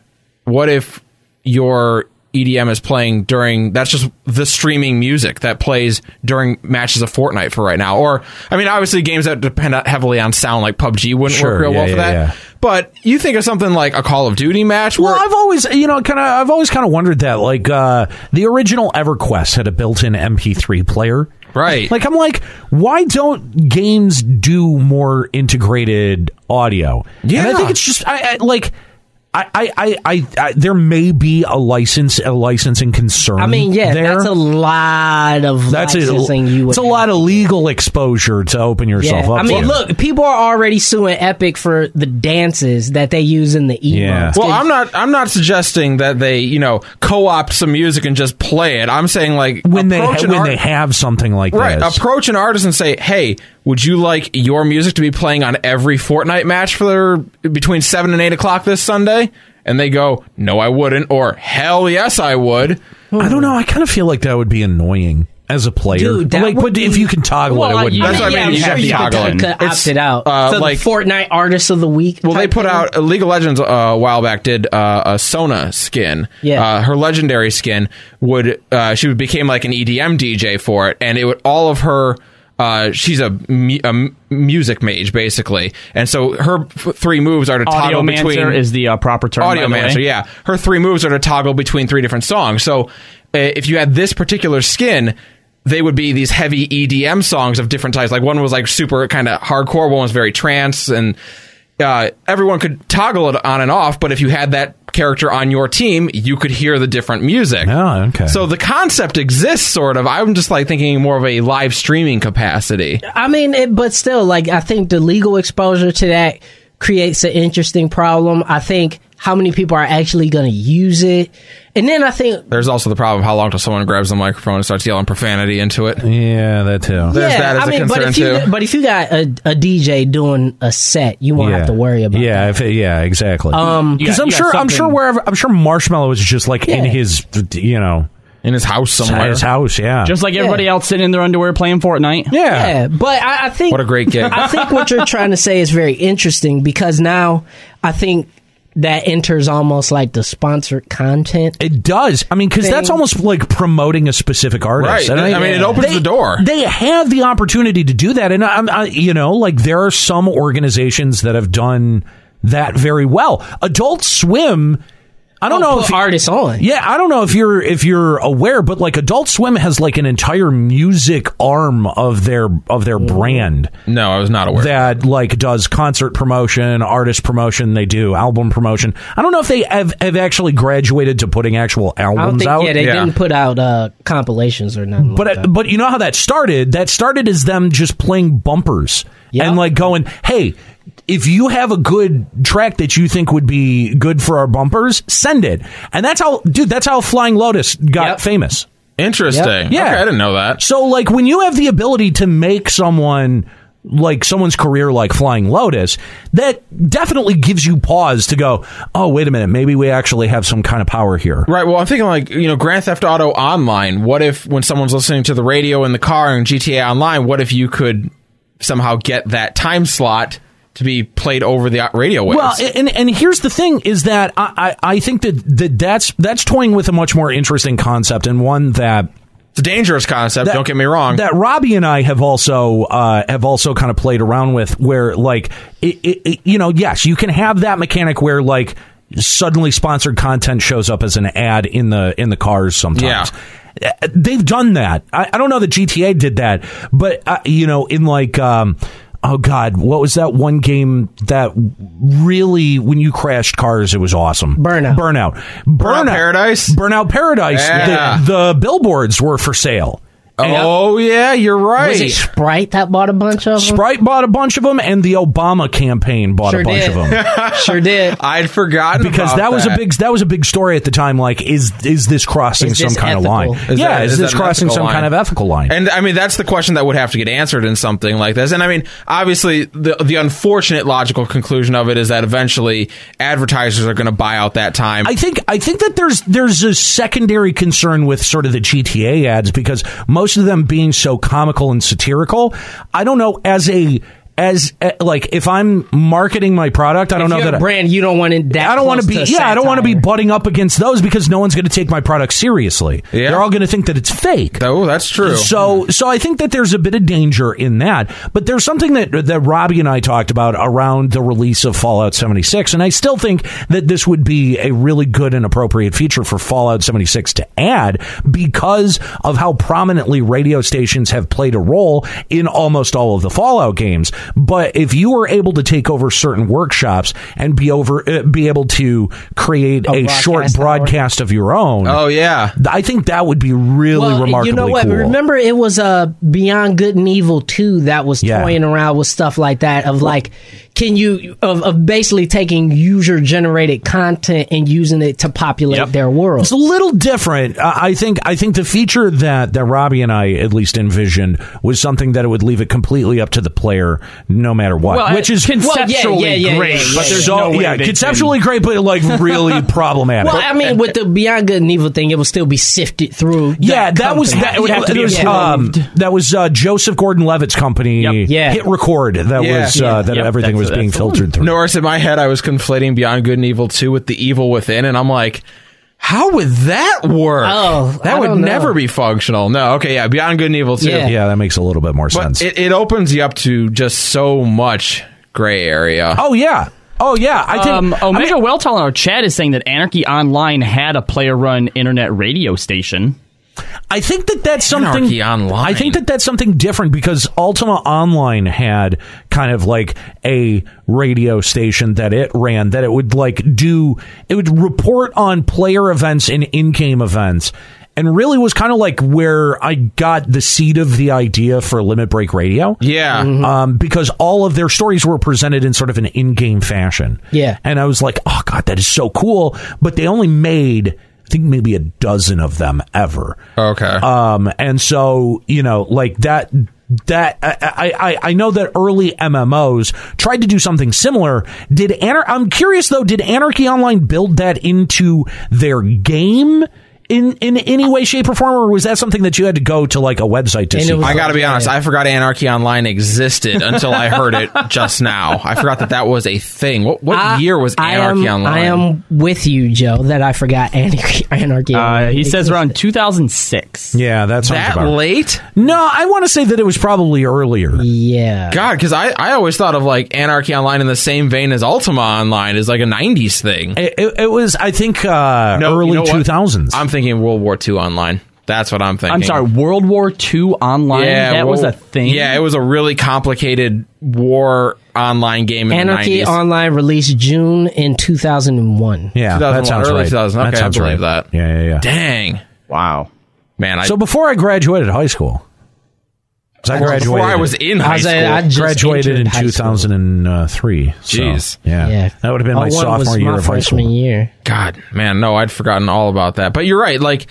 [SPEAKER 8] what if your EDM is playing during? That's just the streaming music that plays during matches of Fortnite for right now. Or, I mean, obviously games that depend heavily on sound, like PUBG, wouldn't
[SPEAKER 4] Sure,
[SPEAKER 8] work real
[SPEAKER 4] yeah,
[SPEAKER 8] well for
[SPEAKER 4] yeah,
[SPEAKER 8] that.
[SPEAKER 4] yeah.
[SPEAKER 8] But you think of something like a Call of Duty match,
[SPEAKER 4] Well,
[SPEAKER 8] where
[SPEAKER 4] I've always, you know, kind of, I've always kind of wondered that. Like, uh, the original EverQuest had a built-in MP3 player,
[SPEAKER 8] Right.
[SPEAKER 4] Like, I'm like, why don't games do more integrated audio?
[SPEAKER 8] Yeah.
[SPEAKER 4] and I think it's just, I, I like. I, I, I, I, I, there may be a license, a licensing concern.
[SPEAKER 6] I mean, yeah,
[SPEAKER 4] there.
[SPEAKER 6] that's a lot of
[SPEAKER 4] that's a,
[SPEAKER 6] licensing you would
[SPEAKER 4] it's a lot of legal exposure to open yourself
[SPEAKER 6] Yeah.
[SPEAKER 4] up.
[SPEAKER 6] I mean,
[SPEAKER 4] to.
[SPEAKER 6] look, people are already suing Epic for the dances that they use in the emotes.
[SPEAKER 4] Yeah.
[SPEAKER 8] Well, I'm not. I'm not suggesting that they, you know, co-opt some music and just play it. I'm saying like
[SPEAKER 4] when they
[SPEAKER 8] approach an
[SPEAKER 4] when
[SPEAKER 8] art-
[SPEAKER 4] they have something like
[SPEAKER 8] right
[SPEAKER 4] this.
[SPEAKER 8] approach an artist and say, "Hey, would you like your music to be playing on every Fortnite match for their, between seven and eight o'clock this Sunday?" And they go, "No, I wouldn't," or "Hell yes, I would."
[SPEAKER 4] I don't know. I kind of feel like that would be annoying as a player.
[SPEAKER 6] Dude, that
[SPEAKER 4] like,
[SPEAKER 6] would
[SPEAKER 4] but if
[SPEAKER 6] be-
[SPEAKER 4] you can toggle
[SPEAKER 5] Well,
[SPEAKER 4] it, it wouldn't.
[SPEAKER 5] you-
[SPEAKER 4] matter.
[SPEAKER 8] That's what I mean,
[SPEAKER 6] I'm
[SPEAKER 8] you
[SPEAKER 6] sure
[SPEAKER 8] have to
[SPEAKER 6] could-
[SPEAKER 8] toggle in.
[SPEAKER 6] could
[SPEAKER 8] It's,
[SPEAKER 6] opt it out.
[SPEAKER 8] uh,
[SPEAKER 6] so
[SPEAKER 8] like-
[SPEAKER 6] the Fortnite Artists of the Week.
[SPEAKER 8] Well, they
[SPEAKER 6] type
[SPEAKER 8] put
[SPEAKER 6] thing?
[SPEAKER 8] out uh, League of Legends uh, a while back. Did uh, a Sona skin?
[SPEAKER 6] Yeah.
[SPEAKER 8] uh, her legendary skin would uh, she became like an EDM DJ for it, and it would all of her. Uh, she's a, mu- a m- music mage basically, and so her f- three moves are to
[SPEAKER 5] Audio
[SPEAKER 8] toggle between
[SPEAKER 5] Mancer is the uh, proper term. by
[SPEAKER 8] audio
[SPEAKER 5] the way.
[SPEAKER 8] mancer. Yeah, her three moves are to toggle between three different songs. So uh, if you had this particular skin. They would be these heavy EDM songs of different types. Like one was like super kind of hardcore, one was very trance, and uh, everyone could toggle it on and off. But if you had that character on your team, you could hear the different music.
[SPEAKER 4] Oh, okay.
[SPEAKER 8] So the concept exists, sort of. I'm just like thinking more of a live streaming capacity.
[SPEAKER 6] I mean, it, but still, like I think the legal exposure to that creates an interesting problem. I think how many people are actually going to use it, and then I think
[SPEAKER 8] There's also the problem of how long till someone grabs the microphone and starts yelling profanity into it.
[SPEAKER 4] yeah, that too.
[SPEAKER 8] There's that as a
[SPEAKER 6] but
[SPEAKER 8] concern,
[SPEAKER 6] if you
[SPEAKER 8] too.
[SPEAKER 6] but if you got a, a DJ doing a set, you won't
[SPEAKER 4] yeah.
[SPEAKER 6] have to worry about. it.
[SPEAKER 4] Yeah, if, yeah, exactly. Um, because
[SPEAKER 5] Yeah,
[SPEAKER 4] I'm
[SPEAKER 5] yeah,
[SPEAKER 4] sure, I'm
[SPEAKER 5] something-
[SPEAKER 4] sure wherever, I'm sure Marshmallow is just like in
[SPEAKER 6] Yeah.
[SPEAKER 4] his, you know,
[SPEAKER 8] In his house somewhere.
[SPEAKER 4] his house. Yeah,
[SPEAKER 5] Just like everybody
[SPEAKER 6] Yeah.
[SPEAKER 5] else sitting in their underwear playing Fortnite.
[SPEAKER 4] yeah.
[SPEAKER 6] Yeah, but I, I think
[SPEAKER 8] What a great gig.
[SPEAKER 6] I think what you're trying to say is very interesting because now I think that enters almost like the sponsored content.
[SPEAKER 4] It does. I mean, because that's
[SPEAKER 6] Thing.
[SPEAKER 4] almost like promoting a specific artist.
[SPEAKER 8] Right.
[SPEAKER 4] And
[SPEAKER 8] I mean, it opens the door.
[SPEAKER 4] They have the opportunity to do that, and I'm, I, you know, like there are some organizations that have done that very well. Adult Swim. I don't know
[SPEAKER 6] Oh, put
[SPEAKER 4] if
[SPEAKER 6] artists on.
[SPEAKER 4] Yeah, I don't know if you're if you're aware, but like Adult Swim has like an entire music arm of their of their brand
[SPEAKER 8] No, I was not aware.
[SPEAKER 4] that like does concert promotion, artist promotion. They do album promotion. I don't know if they have, have actually graduated to putting actual albums
[SPEAKER 6] I don't think
[SPEAKER 4] out.
[SPEAKER 6] yeah they
[SPEAKER 8] Yeah.
[SPEAKER 6] didn't put out uh, compilations or nothing. like
[SPEAKER 4] But
[SPEAKER 6] that.
[SPEAKER 4] but you know how that started? That started as them just playing bumpers
[SPEAKER 6] Yeah.
[SPEAKER 4] and like going, "Hey, if you have a good track that you think would be good for our bumpers, send it." And that's how dude, that's how Flying Lotus got
[SPEAKER 6] Yep.
[SPEAKER 4] famous.
[SPEAKER 8] Interesting.
[SPEAKER 4] Yeah.
[SPEAKER 8] Okay, I didn't know that.
[SPEAKER 4] So like when you have the ability to make someone like someone's career like Flying Lotus, that definitely gives you pause to go, "Oh, wait a minute, maybe we actually have some kind of power here."
[SPEAKER 8] Right. Well, I'm thinking like you know Grand Theft Auto Online. What if when someone's listening to the radio in the car and GTA Online, what if you could somehow get that time slot to be played over the radio waves?
[SPEAKER 4] Well, and and here's the thing is that I, I, I think that, that that's that's toying with a much more interesting concept and one that
[SPEAKER 8] it's a dangerous concept.
[SPEAKER 4] that-
[SPEAKER 8] don't get me wrong.
[SPEAKER 4] That Robbie and I have also uh, have also kind of played around with, where like it, it, it- you know, yes, you can have that mechanic where like suddenly sponsored content shows up as an ad in the in the cars sometimes. Uh, They've done that. I, I don't know that GTA did that, but uh, you know, in like. Um, Oh God! What was that one game that really, when you crashed cars, it was awesome.
[SPEAKER 6] Burnout.
[SPEAKER 4] Burnout, Burnout,
[SPEAKER 8] Paradise?
[SPEAKER 4] Burnout Paradise.
[SPEAKER 8] Yeah.
[SPEAKER 4] The, the billboards were for sale. And-
[SPEAKER 8] oh yeah, you're right.
[SPEAKER 6] Was it Sprite that bought a bunch of them?
[SPEAKER 4] Sprite bought a bunch of them, and the Obama campaign bought a
[SPEAKER 6] Sure
[SPEAKER 4] bunch
[SPEAKER 6] did.
[SPEAKER 4] of them
[SPEAKER 6] Sure did.
[SPEAKER 8] I'd forgotten
[SPEAKER 4] because
[SPEAKER 8] about
[SPEAKER 4] that was a big that was a big story at the time. Like, is is this crossing
[SPEAKER 6] Is
[SPEAKER 4] some
[SPEAKER 6] this
[SPEAKER 4] kind
[SPEAKER 6] ethical?
[SPEAKER 4] of line?
[SPEAKER 8] Is
[SPEAKER 4] yeah,
[SPEAKER 8] that-
[SPEAKER 4] is
[SPEAKER 8] is
[SPEAKER 4] this
[SPEAKER 8] that an
[SPEAKER 4] crossing
[SPEAKER 8] ethical
[SPEAKER 4] some
[SPEAKER 8] line?
[SPEAKER 4] kind of ethical line?
[SPEAKER 8] And I mean, that's the question that would have to get answered in something like this. And I mean, obviously, the the unfortunate logical conclusion of it is that eventually advertisers are going to buy out that time.
[SPEAKER 4] I think I think that there's there's a secondary concern with sort of the GTA ads because most of them being so comical and satirical. I don't know as a as uh, like if I'm marketing my product, I don't know
[SPEAKER 6] If you're
[SPEAKER 4] that
[SPEAKER 6] a brand you don't want it that.
[SPEAKER 4] I don't want to
[SPEAKER 6] close
[SPEAKER 4] be yeah, I don't want to be
[SPEAKER 6] satire.
[SPEAKER 4] butting up against those because no one's going to take my product seriously.
[SPEAKER 8] Yeah.
[SPEAKER 4] They're all going to think that it's fake.
[SPEAKER 8] oh, that's true.
[SPEAKER 4] So, so I think that there's a bit of danger in that. But there's something that that Robbie and I talked about around the release of Fallout 76, and I still think that this would be a really good and appropriate feature for Fallout 76 to add because of how prominently radio stations have played a role in almost all of the Fallout games. But if you were able to take over certain workshops and be over uh, be able to create a,
[SPEAKER 6] broadcast
[SPEAKER 4] short
[SPEAKER 6] hour.
[SPEAKER 4] broadcast of your own.
[SPEAKER 8] oh yeah,
[SPEAKER 4] I think that would be really remarkably
[SPEAKER 6] You know what?
[SPEAKER 4] cool.
[SPEAKER 6] Remember, it was uh, Beyond Good and Evil two that was
[SPEAKER 4] Yeah.
[SPEAKER 6] toying around with stuff like that. Of like, can you of, of basically taking user generated content and using it to populate their world?
[SPEAKER 4] It's a little different. Uh, I think. I think the feature that that Robbie and I at least envisioned was something that it would leave it completely up to the player, no matter what.
[SPEAKER 5] Well,
[SPEAKER 4] which is
[SPEAKER 5] conceptually
[SPEAKER 6] yeah, yeah, yeah,
[SPEAKER 5] great,
[SPEAKER 6] yeah, yeah,
[SPEAKER 5] but there's
[SPEAKER 4] so
[SPEAKER 5] no way
[SPEAKER 4] yeah,
[SPEAKER 5] they can-
[SPEAKER 4] conceptually great, but like really problematic.
[SPEAKER 6] well, I mean, with the Beyond Good and Evil thing, it will still be sifted through.
[SPEAKER 4] yeah, that was
[SPEAKER 6] company.
[SPEAKER 4] that.
[SPEAKER 5] would have to be
[SPEAKER 4] was, um,
[SPEAKER 5] approved.
[SPEAKER 4] that was uh, Joseph Gordon-Levitt's company.
[SPEAKER 5] Yep.
[SPEAKER 6] Yeah.
[SPEAKER 4] Hit record. That
[SPEAKER 8] Yeah.
[SPEAKER 4] was uh,
[SPEAKER 8] Yeah.
[SPEAKER 4] that
[SPEAKER 5] Yep,
[SPEAKER 4] everything was
[SPEAKER 5] that's-
[SPEAKER 4] being
[SPEAKER 5] that's the one.
[SPEAKER 4] filtered through.
[SPEAKER 8] Norris, in my head, I was conflating Beyond Good and Evil 2 with The Evil Within, and I'm like, how would that work?
[SPEAKER 6] Oh,
[SPEAKER 8] that
[SPEAKER 6] I
[SPEAKER 8] would
[SPEAKER 6] don't know.
[SPEAKER 8] never be functional. No, okay, yeah, Beyond Good and Evil 2.
[SPEAKER 6] Yeah.
[SPEAKER 4] Yeah, that makes a little bit more sense.
[SPEAKER 8] But it, it opens you up to just so much gray area.
[SPEAKER 4] oh yeah. Oh yeah. I think.
[SPEAKER 5] Um,
[SPEAKER 4] I mean,
[SPEAKER 5] Omega Welltall in our chat is saying that Anarchy Online had a player-run internet radio station.
[SPEAKER 4] I think that that's something.
[SPEAKER 8] Anarchy Online.
[SPEAKER 4] I think that that's something different because Ultima Online had kind of like a radio station that it ran that it would like do it would report on player events and in-game events. And really was kind of like where I got the seed of the idea for Limit Break Radio
[SPEAKER 8] Yeah. Mm-hmm.
[SPEAKER 4] um, because all of their stories were presented in sort of an in-game fashion.
[SPEAKER 6] Yeah.
[SPEAKER 4] and I was like, oh god, that is so cool. But they only made. I think maybe a dozen of them ever.
[SPEAKER 8] Okay.
[SPEAKER 4] Um, and so you know, like that. That I, I I- I know that early MMOs tried to do something similar. Did Anar- I'm curious though. Did Anarchy Online build that into their game in in any way, shape, or form, or was that something that you had to go to like a website to
[SPEAKER 6] And it
[SPEAKER 4] see?
[SPEAKER 6] was-
[SPEAKER 8] I got to be honest, I forgot Anarchy Online existed until I heard it just now. I forgot that that was a thing. What, what
[SPEAKER 6] I-
[SPEAKER 8] year was
[SPEAKER 6] I
[SPEAKER 8] Anarchy
[SPEAKER 6] am,
[SPEAKER 8] Online?
[SPEAKER 6] I am with you, Joe. That I forgot Anarchy. Anarchy
[SPEAKER 5] Uh, he
[SPEAKER 6] Online.
[SPEAKER 5] says around 2006.
[SPEAKER 4] yeah, that sounds
[SPEAKER 8] that
[SPEAKER 4] about right.
[SPEAKER 8] late?
[SPEAKER 4] No, I want to say that it was probably earlier.
[SPEAKER 6] Yeah.
[SPEAKER 8] God, because I, I always thought of like Anarchy Online in the same vein as Ultima Online is like a 90s thing.
[SPEAKER 4] It, it, it was, I think, uh,
[SPEAKER 8] No,
[SPEAKER 4] early
[SPEAKER 8] you know what?
[SPEAKER 4] 2000s.
[SPEAKER 8] I'm thinking World War II Online. That's what I'm thinking.
[SPEAKER 5] I'm sorry, World War II Online. that was a
[SPEAKER 8] World-
[SPEAKER 5] thing.
[SPEAKER 8] Yeah, it was a really complicated war online game in
[SPEAKER 6] Anarchy
[SPEAKER 8] the 90s.
[SPEAKER 6] Online released June in 2001.
[SPEAKER 4] yeah, that
[SPEAKER 8] 2001,
[SPEAKER 4] sounds
[SPEAKER 8] early
[SPEAKER 4] right.
[SPEAKER 8] 2000.
[SPEAKER 4] That
[SPEAKER 8] Okay, I
[SPEAKER 4] sounds
[SPEAKER 8] believe
[SPEAKER 4] right.
[SPEAKER 8] that.
[SPEAKER 4] Yeah, yeah, yeah.
[SPEAKER 8] Dang. Wow. Man, I
[SPEAKER 4] So before I graduated high school, 'cause I graduated,
[SPEAKER 8] before I was in high
[SPEAKER 6] I was
[SPEAKER 8] school.
[SPEAKER 6] at- I just
[SPEAKER 4] graduated
[SPEAKER 6] entered
[SPEAKER 4] in
[SPEAKER 6] high school.
[SPEAKER 4] 2003. so,
[SPEAKER 8] Jeez.
[SPEAKER 4] yeah.
[SPEAKER 6] Yeah.
[SPEAKER 4] That would have been my
[SPEAKER 6] Oh, one was
[SPEAKER 4] sophomore year
[SPEAKER 6] my
[SPEAKER 4] of high
[SPEAKER 6] freshman
[SPEAKER 4] school.
[SPEAKER 6] year.
[SPEAKER 8] God, man, no, I'd forgotten all about that. But you're right. Like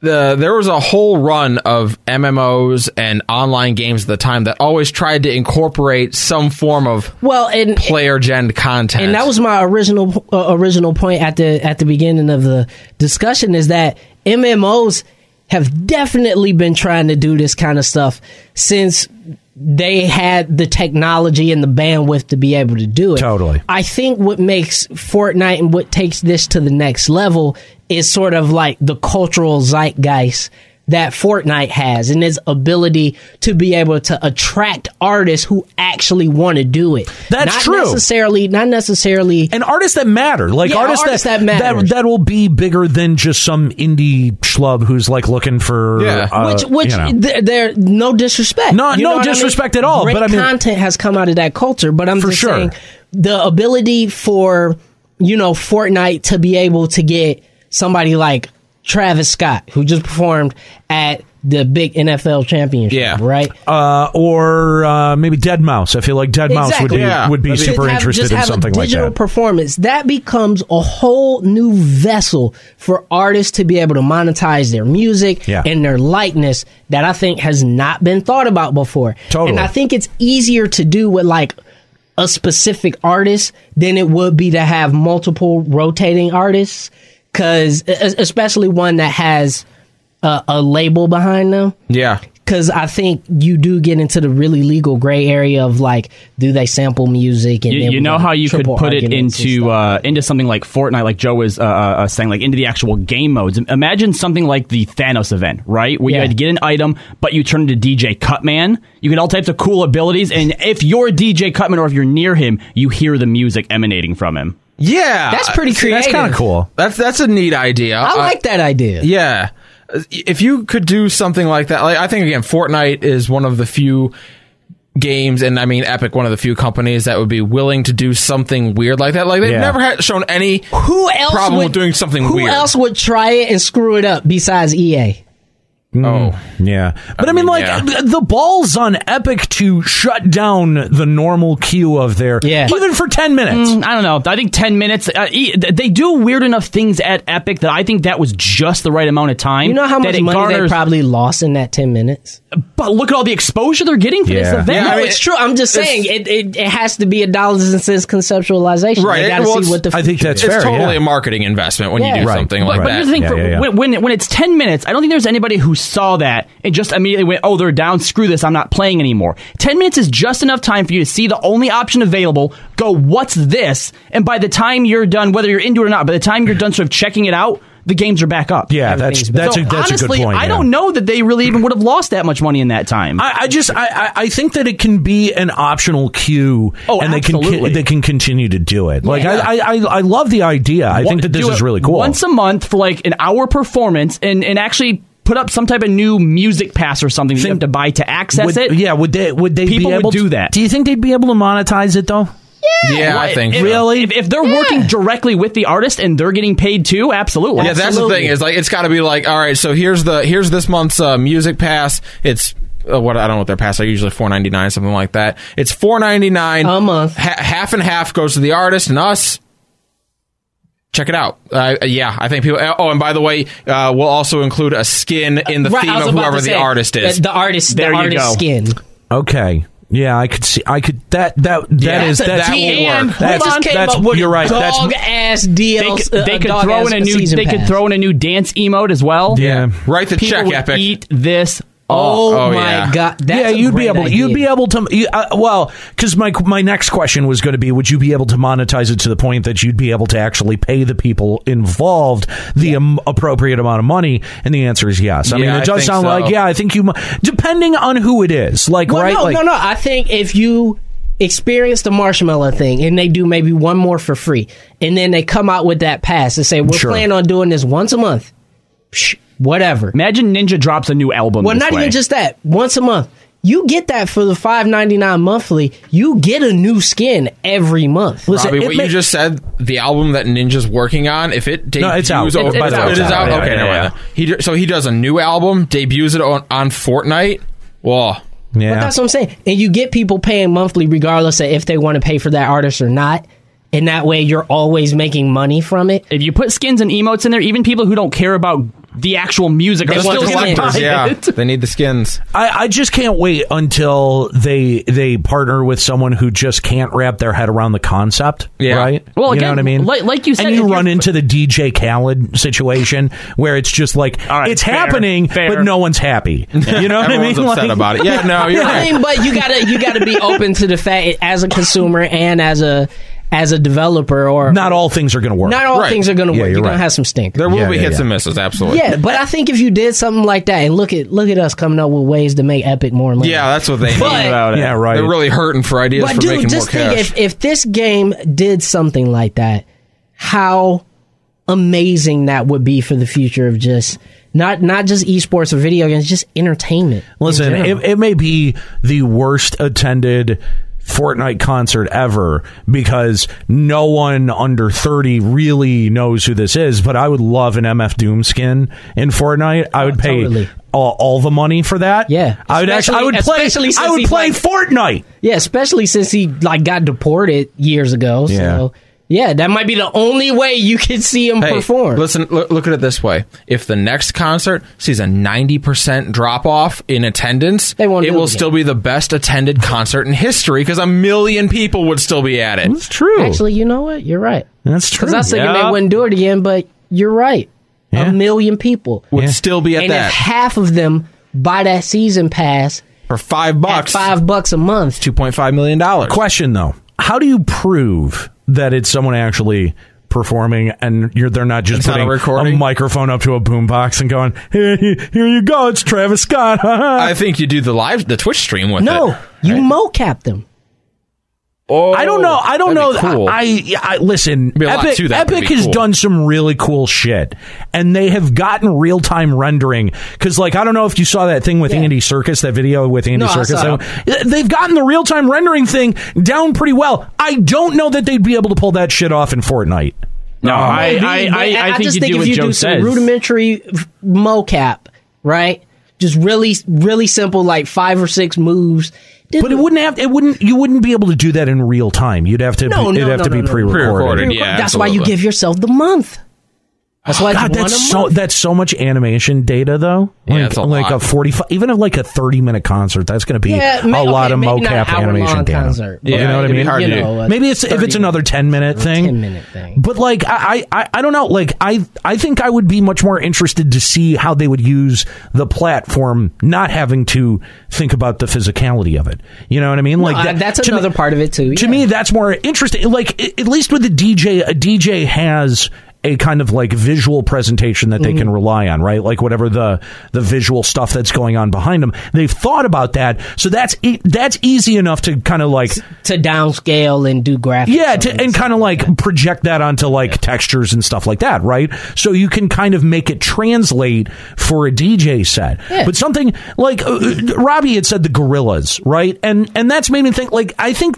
[SPEAKER 8] the there was a whole run of MMOs and online games at the time that always tried to incorporate some form of
[SPEAKER 6] Well, and
[SPEAKER 8] player gen content.
[SPEAKER 6] and that was my original uh, original point at the at the beginning of the discussion is that MMOs have definitely been trying to do this kind of stuff since they had the technology and the bandwidth to be able to do it.
[SPEAKER 4] Totally.
[SPEAKER 6] I think what makes Fortnite and what takes this to the next level is sort of like the cultural zeitgeist that Fortnite has and its ability to be able to attract artists who actually want to do it.
[SPEAKER 4] That's
[SPEAKER 6] not
[SPEAKER 4] true.
[SPEAKER 6] Necessarily, not necessarily.
[SPEAKER 4] and artists that matter, like
[SPEAKER 6] Yeah,
[SPEAKER 4] artists,
[SPEAKER 6] artists
[SPEAKER 4] that,
[SPEAKER 6] that matter.
[SPEAKER 4] that that will be bigger than just some indie schlub who's like looking for
[SPEAKER 8] Yeah.
[SPEAKER 4] uh,
[SPEAKER 6] which, which,
[SPEAKER 4] you know.
[SPEAKER 6] th- there, no disrespect.
[SPEAKER 4] No, no
[SPEAKER 6] what I mean?
[SPEAKER 4] disrespect at all,
[SPEAKER 6] Great
[SPEAKER 4] but I mean-
[SPEAKER 6] content has come out of that culture. But I'm
[SPEAKER 4] For
[SPEAKER 6] just
[SPEAKER 4] sure.
[SPEAKER 6] saying, the ability for you know Fortnite to be able to get somebody like Travis Scott, who just performed at the big NFL championship,
[SPEAKER 8] Yeah.
[SPEAKER 6] right?
[SPEAKER 4] uh, or uh, maybe Dead Mouse. I feel like Dead Mouse would be
[SPEAKER 6] Exactly.
[SPEAKER 8] Yeah.
[SPEAKER 4] would be
[SPEAKER 8] Maybe-
[SPEAKER 4] super
[SPEAKER 6] Just have-
[SPEAKER 4] interested
[SPEAKER 6] just
[SPEAKER 4] in
[SPEAKER 6] have
[SPEAKER 4] something
[SPEAKER 6] a
[SPEAKER 4] like
[SPEAKER 6] digital
[SPEAKER 4] that.
[SPEAKER 6] performance that becomes a whole new vessel for artists to be able to monetize their music
[SPEAKER 4] Yeah.
[SPEAKER 6] and their likeness that I think has not been thought about before.
[SPEAKER 4] Totally.
[SPEAKER 6] And I think it's easier to do with like a specific artist than it would be to have multiple rotating artists cuz especially one that has a, a label behind them
[SPEAKER 8] yeah.
[SPEAKER 6] because I think you do get into the really legal gray area of like, do they sample music? And
[SPEAKER 5] You,
[SPEAKER 6] then
[SPEAKER 5] you
[SPEAKER 6] we
[SPEAKER 5] know
[SPEAKER 6] got
[SPEAKER 5] how you could
[SPEAKER 6] triple
[SPEAKER 5] put it
[SPEAKER 6] arguments and
[SPEAKER 5] into
[SPEAKER 6] stuff.
[SPEAKER 5] uh, into something like Fortnite, like Joe was uh, uh, saying, like into the actual game modes. Imagine something like the Thanos event, right? Where
[SPEAKER 6] Yeah.
[SPEAKER 5] you had to get an item, but you turn into DJ Cutman. You get all types of cool abilities, and if you're DJ Cutman or if you're near him, you hear the music emanating from him.
[SPEAKER 8] Yeah.
[SPEAKER 6] That's pretty
[SPEAKER 8] See,
[SPEAKER 6] creative.
[SPEAKER 8] That's kind of
[SPEAKER 4] cool.
[SPEAKER 8] That's that's a neat idea.
[SPEAKER 6] I like that idea.
[SPEAKER 8] uh, Yeah. If you could do something like that, like I think again, Fortnite is one of the few games, and I mean Epic, one of the few companies that would be willing to do something weird like that. Like they've
[SPEAKER 4] Yeah.
[SPEAKER 8] never had shown any
[SPEAKER 6] Who else
[SPEAKER 8] problem
[SPEAKER 6] would,
[SPEAKER 8] with doing something
[SPEAKER 6] Who
[SPEAKER 8] weird.
[SPEAKER 6] else would try it and screw it up besides E EA?
[SPEAKER 4] Mm.
[SPEAKER 8] oh,
[SPEAKER 4] Yeah, but I mean,
[SPEAKER 8] mean,
[SPEAKER 4] like
[SPEAKER 8] yeah.
[SPEAKER 4] th- the balls on Epic to shut down the normal queue of their
[SPEAKER 6] Yeah.
[SPEAKER 4] even for ten minutes.
[SPEAKER 5] I don't know. I think ten minutes. Uh, e- th- they do weird enough things at Epic that I think that was just the right amount of time.
[SPEAKER 6] You know how
[SPEAKER 5] that
[SPEAKER 6] much
[SPEAKER 5] it
[SPEAKER 6] money
[SPEAKER 5] garners-
[SPEAKER 6] they probably lost in that ten minutes.
[SPEAKER 5] But look at all the exposure they're getting for this
[SPEAKER 4] Yeah.
[SPEAKER 5] event.
[SPEAKER 8] Yeah, I
[SPEAKER 6] no,
[SPEAKER 8] mean,
[SPEAKER 6] it's true. I'm just saying it, it, it has to be a dollars and cents conceptualization.
[SPEAKER 8] Right,
[SPEAKER 6] They got to
[SPEAKER 8] well,
[SPEAKER 6] see
[SPEAKER 8] it's-
[SPEAKER 6] what the
[SPEAKER 4] I think that's
[SPEAKER 8] it's
[SPEAKER 4] fair.
[SPEAKER 8] totally
[SPEAKER 4] yeah.
[SPEAKER 8] a marketing investment when
[SPEAKER 6] Yeah.
[SPEAKER 8] you do
[SPEAKER 6] Right.
[SPEAKER 8] something
[SPEAKER 4] But-
[SPEAKER 8] like
[SPEAKER 5] But
[SPEAKER 8] that.
[SPEAKER 5] here's the thing:
[SPEAKER 4] Yeah,
[SPEAKER 5] for,
[SPEAKER 4] yeah, yeah.
[SPEAKER 5] When, when when it's ten minutes, I don't think there's anybody who saw that and just immediately went, "Oh, they're down. Screw this. I'm not playing anymore." Ten minutes is just enough time for you to see the only option available. Go, what's this? And by the time you're done, whether you're into it or not, by the time you're done, sort of checking it out, the games are back up.
[SPEAKER 4] Yeah, that's
[SPEAKER 6] Everything's
[SPEAKER 4] that's
[SPEAKER 5] so
[SPEAKER 4] a, that's a
[SPEAKER 5] honestly,
[SPEAKER 4] good point.
[SPEAKER 5] I
[SPEAKER 4] yeah.
[SPEAKER 5] don't know that they really even would have lost that much money in that time.
[SPEAKER 4] I, I just I, I- I think that it can be an optional queue,
[SPEAKER 5] Oh,
[SPEAKER 4] and they can
[SPEAKER 5] absolutely.
[SPEAKER 4] con- they can continue to do it. Like I, I I I love the idea. I think that this
[SPEAKER 5] do
[SPEAKER 4] is
[SPEAKER 5] it
[SPEAKER 4] really cool.
[SPEAKER 5] Once a month for like an hour performance, and and actually put up some type of new music pass or something that you have to buy to access
[SPEAKER 4] would,
[SPEAKER 5] it.
[SPEAKER 4] Yeah, would they would they
[SPEAKER 5] People
[SPEAKER 4] be
[SPEAKER 5] would
[SPEAKER 4] able to
[SPEAKER 5] do that.
[SPEAKER 4] Do you think they'd be able to monetize it though?
[SPEAKER 8] yeah, I think so.
[SPEAKER 4] Really?
[SPEAKER 5] If, if they're working directly with the artist and they're getting paid too, absolutely.
[SPEAKER 8] Yeah, that's the thing is like it's got to be like all right, so here's the here's this month's uh, music pass. It's uh, what I don't know what their pass are usually four ninety nine something like that. It's four ninety nine
[SPEAKER 6] A month.
[SPEAKER 8] Ha- half and half goes to the artist and us. Check it out. Uh, yeah, I think people. Oh, and by the way, uh, we'll also include a skin in the
[SPEAKER 6] Right,
[SPEAKER 8] theme
[SPEAKER 6] I was
[SPEAKER 8] of
[SPEAKER 6] about
[SPEAKER 8] whoever
[SPEAKER 6] to
[SPEAKER 8] the
[SPEAKER 6] say,
[SPEAKER 8] artist is.
[SPEAKER 6] The, the artist,
[SPEAKER 5] There
[SPEAKER 6] the
[SPEAKER 5] you
[SPEAKER 6] artist
[SPEAKER 5] go.
[SPEAKER 6] skin.
[SPEAKER 4] Okay. Yeah, I could see. I could that that that
[SPEAKER 8] Yeah,
[SPEAKER 4] is
[SPEAKER 8] that-
[SPEAKER 4] that's
[SPEAKER 8] that will
[SPEAKER 4] that's-
[SPEAKER 8] work.
[SPEAKER 4] That's,
[SPEAKER 6] Who just came
[SPEAKER 4] that's-
[SPEAKER 6] up with
[SPEAKER 4] you're right. That's
[SPEAKER 6] Dog ass deal.
[SPEAKER 5] They
[SPEAKER 6] uh,
[SPEAKER 5] could, they could throw in a new. They could throw in a new dance emote as well.
[SPEAKER 4] Yeah.
[SPEAKER 8] Write the
[SPEAKER 5] People
[SPEAKER 8] check,
[SPEAKER 5] would
[SPEAKER 8] Epic.
[SPEAKER 5] eat this.
[SPEAKER 6] Oh,
[SPEAKER 8] Oh,
[SPEAKER 6] my
[SPEAKER 8] yeah.
[SPEAKER 6] god! That's
[SPEAKER 4] yeah,
[SPEAKER 6] a
[SPEAKER 4] you'd be
[SPEAKER 6] great
[SPEAKER 4] able.
[SPEAKER 6] Idea.
[SPEAKER 4] You'd be able to. You, uh, well, because my my next question was going to be, would you be able to monetize it to the point that you'd be able to actually pay the people involved the um, appropriate amount of money? And the answer is yes. I
[SPEAKER 8] Yeah,
[SPEAKER 4] mean,
[SPEAKER 8] I
[SPEAKER 4] it does
[SPEAKER 8] think
[SPEAKER 4] sound
[SPEAKER 8] so.
[SPEAKER 4] like yeah. I think you, mu- depending on who it is, like
[SPEAKER 6] Well,
[SPEAKER 4] right,
[SPEAKER 6] no,
[SPEAKER 4] like,
[SPEAKER 6] no, no. I think if you experience the marshmallow thing and they do maybe one more for free, and then they come out with that pass and say we're
[SPEAKER 4] Sure.
[SPEAKER 6] planning on doing this once a month, Psh, whatever.
[SPEAKER 5] Imagine Ninja drops a new album.
[SPEAKER 6] well,
[SPEAKER 5] this
[SPEAKER 6] not
[SPEAKER 5] way.
[SPEAKER 6] even just that. Once a month, you get that for the five ninety nine monthly. You get a new skin every month.
[SPEAKER 4] Listen,
[SPEAKER 8] Robbie,
[SPEAKER 4] it
[SPEAKER 8] what
[SPEAKER 4] may-
[SPEAKER 8] you just said, the album that Ninja's working on, if it debuts,
[SPEAKER 4] No, it's out.
[SPEAKER 8] on-
[SPEAKER 4] It's-
[SPEAKER 5] it's out.
[SPEAKER 8] it is
[SPEAKER 5] It's
[SPEAKER 8] out.
[SPEAKER 5] out. Yeah,
[SPEAKER 8] okay,
[SPEAKER 5] yeah,
[SPEAKER 8] never
[SPEAKER 5] yeah.
[SPEAKER 8] mind. He d- so he does a new album, debuts it on, on Fortnite. Whoa,
[SPEAKER 4] yeah.
[SPEAKER 6] But that's what I'm saying. And you get people paying monthly regardless of if they want to pay for that artist or not. And that way you're always making money from it.
[SPEAKER 5] if you put skins and emotes in there, even people who don't care about the actual music.
[SPEAKER 8] They're
[SPEAKER 5] They're
[SPEAKER 8] still
[SPEAKER 5] still gonna
[SPEAKER 8] collectors,
[SPEAKER 5] buy
[SPEAKER 8] yeah.
[SPEAKER 5] it.
[SPEAKER 8] They need the skins.
[SPEAKER 4] I, I just can't wait until they they partner with someone who just can't wrap their head around the concept.
[SPEAKER 8] Yeah.
[SPEAKER 4] Right.
[SPEAKER 5] Well,
[SPEAKER 4] you know
[SPEAKER 5] again,
[SPEAKER 4] what I mean.
[SPEAKER 5] like- like you said,
[SPEAKER 4] and
[SPEAKER 5] if
[SPEAKER 4] you
[SPEAKER 5] you're-
[SPEAKER 4] run into the DJ Khaled situation where it's just like
[SPEAKER 3] All right,
[SPEAKER 4] it's
[SPEAKER 3] fair,
[SPEAKER 4] happening,
[SPEAKER 3] fair.
[SPEAKER 4] but no one's happy. You know what I mean?
[SPEAKER 8] Everyone's upset
[SPEAKER 4] Like-
[SPEAKER 8] about it. Yeah, no, you're
[SPEAKER 6] I
[SPEAKER 8] right.
[SPEAKER 6] mean, but you gotta you gotta be open to the fact as a consumer and as a as a developer or
[SPEAKER 4] Not all things are going to work.
[SPEAKER 6] not all
[SPEAKER 8] Right.
[SPEAKER 6] things are gonna
[SPEAKER 4] Yeah,
[SPEAKER 6] work.
[SPEAKER 4] you're
[SPEAKER 6] You're,
[SPEAKER 4] right.
[SPEAKER 6] gonna have some stinkers.
[SPEAKER 8] There will
[SPEAKER 4] Yeah,
[SPEAKER 8] be
[SPEAKER 4] yeah,
[SPEAKER 8] hits
[SPEAKER 4] yeah.
[SPEAKER 8] and misses, absolutely.
[SPEAKER 6] Yeah, but I think if you did something like that and look at look at us coming up with ways to make Epic more money.
[SPEAKER 8] Yeah, that's what they need.
[SPEAKER 6] But-
[SPEAKER 3] about it.
[SPEAKER 4] yeah. Right.
[SPEAKER 8] They're really hurting for ideas
[SPEAKER 6] But
[SPEAKER 8] for
[SPEAKER 6] dude,
[SPEAKER 8] making more
[SPEAKER 6] just think
[SPEAKER 8] cash.
[SPEAKER 6] if, if this game did something like that, how amazing that would be for the future of just not not just esports or video games, just entertainment. in
[SPEAKER 4] Listen,
[SPEAKER 6] general.
[SPEAKER 4] it, it may be the worst attended Fortnite concert ever because no one under 30 really knows who this is, but I would love an MF Doom skin in Fortnite. I would pay
[SPEAKER 6] Oh, totally.
[SPEAKER 4] all, all the money for that.
[SPEAKER 6] Yeah.
[SPEAKER 4] I would actually I would
[SPEAKER 6] Especially-
[SPEAKER 4] play
[SPEAKER 6] especially since
[SPEAKER 4] I would
[SPEAKER 6] he
[SPEAKER 4] play
[SPEAKER 6] like-
[SPEAKER 4] Fortnite.
[SPEAKER 6] yeah, especially since he like got deported years ago. So yeah, that might be the only way you could see him
[SPEAKER 8] Hey,
[SPEAKER 6] perform.
[SPEAKER 8] listen, look, look at it this way: if the next concert sees a ninety percent drop off in attendance,
[SPEAKER 6] They won't
[SPEAKER 8] it
[SPEAKER 6] do
[SPEAKER 8] will
[SPEAKER 6] it again.
[SPEAKER 8] still be the best attended concert in history because a million people would still be at it.
[SPEAKER 4] It's true.
[SPEAKER 6] Actually, you know what? You're right.
[SPEAKER 4] That's true.
[SPEAKER 6] Because I was thinking
[SPEAKER 3] Yeah.
[SPEAKER 6] they wouldn't do it again, but you're right.
[SPEAKER 4] Yeah.
[SPEAKER 6] A million people.
[SPEAKER 8] Would still be at
[SPEAKER 6] and
[SPEAKER 8] that
[SPEAKER 6] if half of them buy that season pass
[SPEAKER 8] for five bucks,
[SPEAKER 6] at five bucks a month,
[SPEAKER 8] two point five million dollars.
[SPEAKER 4] Question though, how do you prove that it's someone actually performing and you're they're not just
[SPEAKER 8] It's not a
[SPEAKER 4] putting
[SPEAKER 8] recording?
[SPEAKER 4] microphone up to a boombox and going, "Here, here you go, it's Travis Scott."
[SPEAKER 8] I think you do the live, the Twitch stream with it.
[SPEAKER 6] no, you mocap them.
[SPEAKER 8] Oh,
[SPEAKER 4] I don't know. I don't know.
[SPEAKER 8] that'd be Cool.
[SPEAKER 4] I, I I- listen.
[SPEAKER 8] Be a lot
[SPEAKER 4] Epic,
[SPEAKER 8] to that, but
[SPEAKER 4] Epic
[SPEAKER 8] be
[SPEAKER 4] has
[SPEAKER 8] cool.
[SPEAKER 4] done some really cool shit, and they have gotten real time rendering. Because like I don't know if you saw that thing with
[SPEAKER 6] Yeah.
[SPEAKER 4] Andy Circus, that video with Andy
[SPEAKER 6] No, I
[SPEAKER 4] Circus.
[SPEAKER 6] saw
[SPEAKER 4] They've gotten the real time rendering thing down pretty well. I don't know that they'd be able to pull that shit off in Fortnite.
[SPEAKER 3] No, I, I,
[SPEAKER 6] But
[SPEAKER 3] I, I, think
[SPEAKER 6] just
[SPEAKER 3] you
[SPEAKER 6] think
[SPEAKER 3] do
[SPEAKER 6] if
[SPEAKER 3] what
[SPEAKER 6] you
[SPEAKER 3] Joe
[SPEAKER 6] do
[SPEAKER 3] says.
[SPEAKER 6] some rudimentary f- mocap, right? Just really, really simple, like five or six moves. then-
[SPEAKER 4] But it wouldn't have. It wouldn't. You wouldn't be able to do that in real time. You'd have to.
[SPEAKER 6] No,
[SPEAKER 4] be,
[SPEAKER 6] no,
[SPEAKER 4] it'd have
[SPEAKER 6] no,
[SPEAKER 4] to
[SPEAKER 6] no,
[SPEAKER 4] be
[SPEAKER 6] no, no.
[SPEAKER 4] pre-recorded.
[SPEAKER 8] Pre-recorded, yeah.
[SPEAKER 6] that's why you
[SPEAKER 8] absolutely.
[SPEAKER 6] give yourself the month. That's why
[SPEAKER 4] Oh, God,
[SPEAKER 6] you want a
[SPEAKER 4] that's so
[SPEAKER 6] month.
[SPEAKER 4] that's so much animation data though.
[SPEAKER 8] Yeah,
[SPEAKER 4] like,
[SPEAKER 8] it's a
[SPEAKER 4] like
[SPEAKER 8] lot.
[SPEAKER 4] a forty five, even if like a thirty minute concert, that's going to be
[SPEAKER 6] Yeah,
[SPEAKER 4] a
[SPEAKER 6] ma-
[SPEAKER 4] lot
[SPEAKER 6] okay,
[SPEAKER 4] of
[SPEAKER 6] maybe
[SPEAKER 4] mocap
[SPEAKER 6] not an hour-long
[SPEAKER 4] animation data.
[SPEAKER 6] concert,
[SPEAKER 4] you know
[SPEAKER 8] Yeah,
[SPEAKER 4] what I
[SPEAKER 8] it'd be
[SPEAKER 4] mean?
[SPEAKER 8] hard to
[SPEAKER 6] You
[SPEAKER 8] do.
[SPEAKER 6] know, a
[SPEAKER 4] Maybe it's if
[SPEAKER 6] 30
[SPEAKER 4] it's another ten minute thing.
[SPEAKER 6] 10 minute thing.
[SPEAKER 4] But like I, I I- I don't know. Like I I think I would be much more interested to see how they would use the platform, not having to think about the physicality of it. You know what I mean? like
[SPEAKER 6] Uh,
[SPEAKER 4] that-
[SPEAKER 6] that's
[SPEAKER 4] to me-
[SPEAKER 6] another part of it too.
[SPEAKER 4] to
[SPEAKER 6] yeah.
[SPEAKER 4] me that's more interesting like a- at least with the dj a dj has a kind of like visual presentation that they can rely on right like whatever the the visual stuff that's going on behind them they've thought about that so that's e- that's easy enough to kind of like
[SPEAKER 6] to downscale and do graphics.
[SPEAKER 4] yeah
[SPEAKER 6] on
[SPEAKER 4] to,
[SPEAKER 6] it.
[SPEAKER 4] and kind of like project that onto like textures and stuff like that right so you can kind of make it translate for a dj set
[SPEAKER 6] Yeah.
[SPEAKER 4] but something like uh, uh, robbie had said the gorillas right and and that's made me think like i think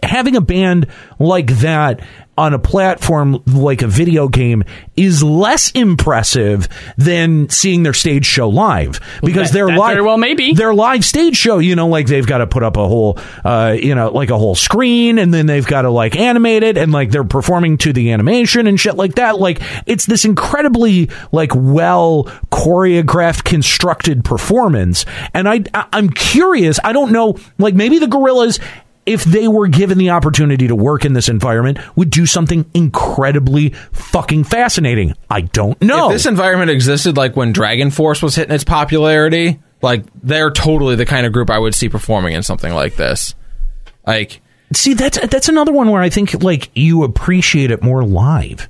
[SPEAKER 4] having a band like that on a platform like a video game is less impressive than seeing their stage show live because they're
[SPEAKER 5] that
[SPEAKER 4] live
[SPEAKER 5] very well may be.
[SPEAKER 4] their live stage show, you know, like they've got to put up a whole, uh, you know, like a whole screen and then they've got to like animate it and like they're performing to the animation and shit like that. Like it's this incredibly like well choreographed, constructed performance. And I, I I'm curious. I don't know, like maybe the gorillas. If they were given the opportunity to work in this environment, would do something incredibly fucking fascinating. I don't know.
[SPEAKER 8] If this environment existed like when Dragon Force was hitting its popularity, like they're totally the kind of group I would see performing in something like this. Like
[SPEAKER 4] See, that's that's another one where I think like you appreciate it more live.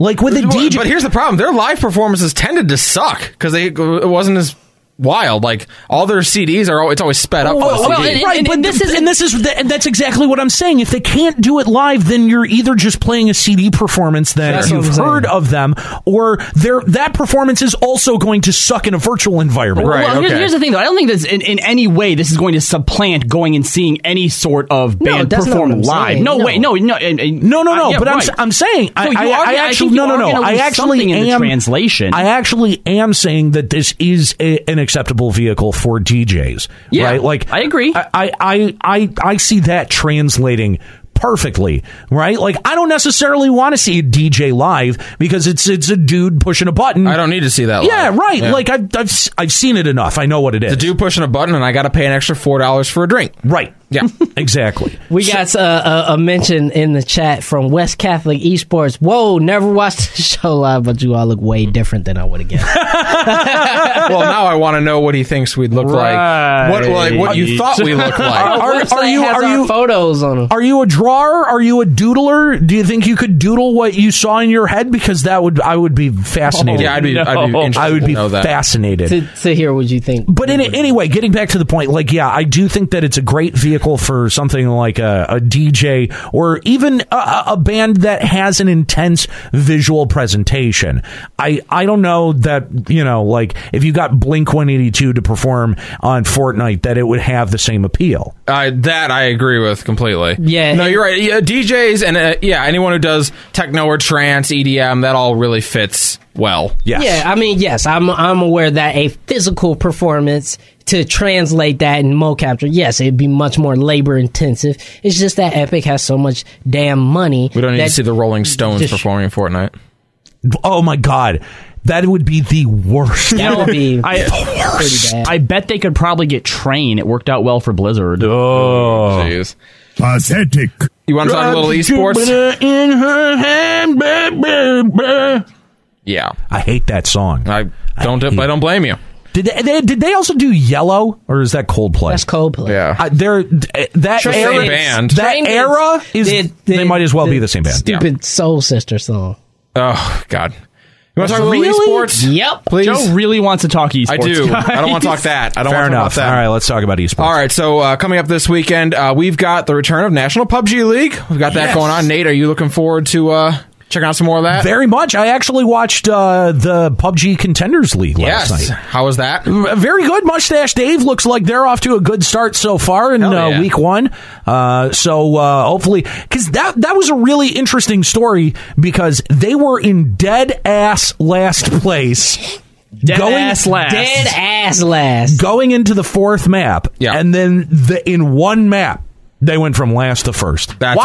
[SPEAKER 4] Like with a DJ,
[SPEAKER 8] But here's the problem: their live performances tended to suck because they it wasn't as wild. Like all their CDs are, al- it's always sped up. on the
[SPEAKER 5] well,
[SPEAKER 8] CD.
[SPEAKER 5] and-
[SPEAKER 4] Oh, right? but
[SPEAKER 5] this
[SPEAKER 4] this is
[SPEAKER 5] is-
[SPEAKER 4] and this is and that's exactly what I'm saying. If they can't do it live, then you're either just playing a CD performance that
[SPEAKER 6] That's what
[SPEAKER 4] you've
[SPEAKER 6] I'm saying.
[SPEAKER 4] heard of them, or their that performance is also going to suck in a virtual environment.
[SPEAKER 8] Right,
[SPEAKER 5] well, here's,
[SPEAKER 8] okay.
[SPEAKER 5] here's the thing, though. I don't think this in, in any way this is going to supplant going and seeing any sort of
[SPEAKER 6] No,
[SPEAKER 5] band
[SPEAKER 6] that's not what
[SPEAKER 5] perform
[SPEAKER 6] I'm
[SPEAKER 5] live.
[SPEAKER 6] saying,
[SPEAKER 5] No,
[SPEAKER 6] no.
[SPEAKER 5] way, no, no, and- and-
[SPEAKER 4] No, no,
[SPEAKER 5] I-
[SPEAKER 4] no.
[SPEAKER 5] Uh, yeah,
[SPEAKER 4] but I'm,
[SPEAKER 5] right.
[SPEAKER 4] s- I'm saying I,
[SPEAKER 5] So you
[SPEAKER 4] I,
[SPEAKER 5] are-
[SPEAKER 4] I
[SPEAKER 5] I
[SPEAKER 4] actually
[SPEAKER 5] think
[SPEAKER 4] no
[SPEAKER 5] you
[SPEAKER 4] no
[SPEAKER 5] are
[SPEAKER 4] no.
[SPEAKER 5] gonna
[SPEAKER 4] I
[SPEAKER 5] lose
[SPEAKER 4] actually
[SPEAKER 5] something in the
[SPEAKER 4] am
[SPEAKER 5] translation.
[SPEAKER 4] I actually am saying that this is a, an acceptable vehicle for DJs.
[SPEAKER 5] Yeah,
[SPEAKER 4] right? Like
[SPEAKER 5] I agree.
[SPEAKER 4] I I I, I, I see that translating. perfectly, right? Like I don't necessarily want to see a DJ live because it's it's a dude pushing a button.
[SPEAKER 8] I don't need to see that.
[SPEAKER 4] Yeah,
[SPEAKER 8] live.
[SPEAKER 4] right. Like I've, I've s- I've seen it enough. I know what it is.
[SPEAKER 8] the dude pushing a button, and I got to pay an extra four dollars for a drink.
[SPEAKER 4] right.
[SPEAKER 8] Yeah.
[SPEAKER 4] Exactly.
[SPEAKER 6] We got uh, a, a mention in the chat from West Catholic Esports. Whoa, never watched the show live, but you all look way different than I would have guessed.
[SPEAKER 8] well, now I want to know what he thinks we'd look
[SPEAKER 4] Right.
[SPEAKER 8] like. What like what you thought we looked like?
[SPEAKER 4] Are-
[SPEAKER 6] Website
[SPEAKER 4] are you-
[SPEAKER 6] has
[SPEAKER 4] are
[SPEAKER 6] our
[SPEAKER 4] you-
[SPEAKER 6] photos on them?
[SPEAKER 4] Are you a drawer? Are you a doodler? Do you think you could doodle what you saw in your head? Because that would I would be fascinated.
[SPEAKER 8] yeah, I'd be, I'd be
[SPEAKER 5] no.
[SPEAKER 8] interested
[SPEAKER 4] I would be
[SPEAKER 8] to know that.
[SPEAKER 4] fascinated.
[SPEAKER 6] to, to hear what you think.
[SPEAKER 4] But in, anyway, getting back to the point, like, yeah, I do think that it's a great vehicle for something like a, a DJ or even a- a, a band that has an intense visual presentation. I, I don't know that, you know, like, if you got Blink 182 to perform on Fortnite, that it would have the same appeal.
[SPEAKER 8] Uh, that I agree with completely.
[SPEAKER 6] Yeah.
[SPEAKER 8] No, you're right. Yeah, DJs and uh, yeah, anyone who does techno or trance, EDM, that all really fits well.
[SPEAKER 4] Yes.
[SPEAKER 6] Yeah, I mean, yes, I'm I'm aware that a physical performance to translate that in mocapture, yes, it'd be much more labor intensive. It's just that Epic has so much damn money.
[SPEAKER 8] We don't need
[SPEAKER 6] that-
[SPEAKER 8] to see the Rolling Stones
[SPEAKER 6] just-
[SPEAKER 8] performing Fortnite.
[SPEAKER 4] Oh, my God. That would be the worst.
[SPEAKER 6] That would be
[SPEAKER 5] I,
[SPEAKER 6] pretty bad.
[SPEAKER 5] I bet they could probably get train. It worked out well for Blizzard.
[SPEAKER 4] Oh.
[SPEAKER 8] Jeez.
[SPEAKER 3] Pathetic.
[SPEAKER 8] You want to talk a little esports? Yeah.
[SPEAKER 4] I hate that song.
[SPEAKER 8] I don't.
[SPEAKER 4] hate-
[SPEAKER 8] I don't blame you.
[SPEAKER 4] Did they, they- did they also do Yellow or is that Coldplay?
[SPEAKER 6] That's Coldplay.
[SPEAKER 4] Uh, they're that
[SPEAKER 8] Sure,
[SPEAKER 4] era,
[SPEAKER 8] same band.
[SPEAKER 4] That
[SPEAKER 6] Train
[SPEAKER 4] era
[SPEAKER 6] is-
[SPEAKER 4] is
[SPEAKER 6] did-
[SPEAKER 4] they,
[SPEAKER 6] did-
[SPEAKER 4] might as well be
[SPEAKER 6] did-
[SPEAKER 4] the same band.
[SPEAKER 6] Stupid Soul Sister song.
[SPEAKER 8] Oh God. You want to talk a little
[SPEAKER 4] Really?
[SPEAKER 8] esports?
[SPEAKER 6] Yep.
[SPEAKER 8] Please.
[SPEAKER 5] Joe really wants to talk esports.
[SPEAKER 8] I do.
[SPEAKER 5] guys.
[SPEAKER 8] I don't want to talk that. I don't
[SPEAKER 4] Fair
[SPEAKER 8] want to
[SPEAKER 4] enough.
[SPEAKER 8] talk about
[SPEAKER 4] All
[SPEAKER 8] that.
[SPEAKER 4] right, let's talk about esports.
[SPEAKER 8] All right, so uh, coming up this weekend, uh, we've got the return of National PUBG League. We've got that going on. Nate, are you looking forward to uh, checking out some more of that?
[SPEAKER 4] Very much. I actually watched uh, the PUBG Contenders League last
[SPEAKER 8] yes.
[SPEAKER 4] night.
[SPEAKER 8] How was that?
[SPEAKER 4] Very good. Mustache Dave looks like they're off to a good start so far in
[SPEAKER 8] Hell
[SPEAKER 4] uh,
[SPEAKER 8] yeah.
[SPEAKER 4] week one. Uh, so uh, hopefully, because that that was a really interesting story because they were in dead ass last place.
[SPEAKER 5] Dead
[SPEAKER 4] Going-
[SPEAKER 5] ass last.
[SPEAKER 6] Dead ass last.
[SPEAKER 4] going into the fourth map,
[SPEAKER 8] Yeah.
[SPEAKER 4] and then the, in one map they went from last to first.
[SPEAKER 8] That's
[SPEAKER 5] Wow.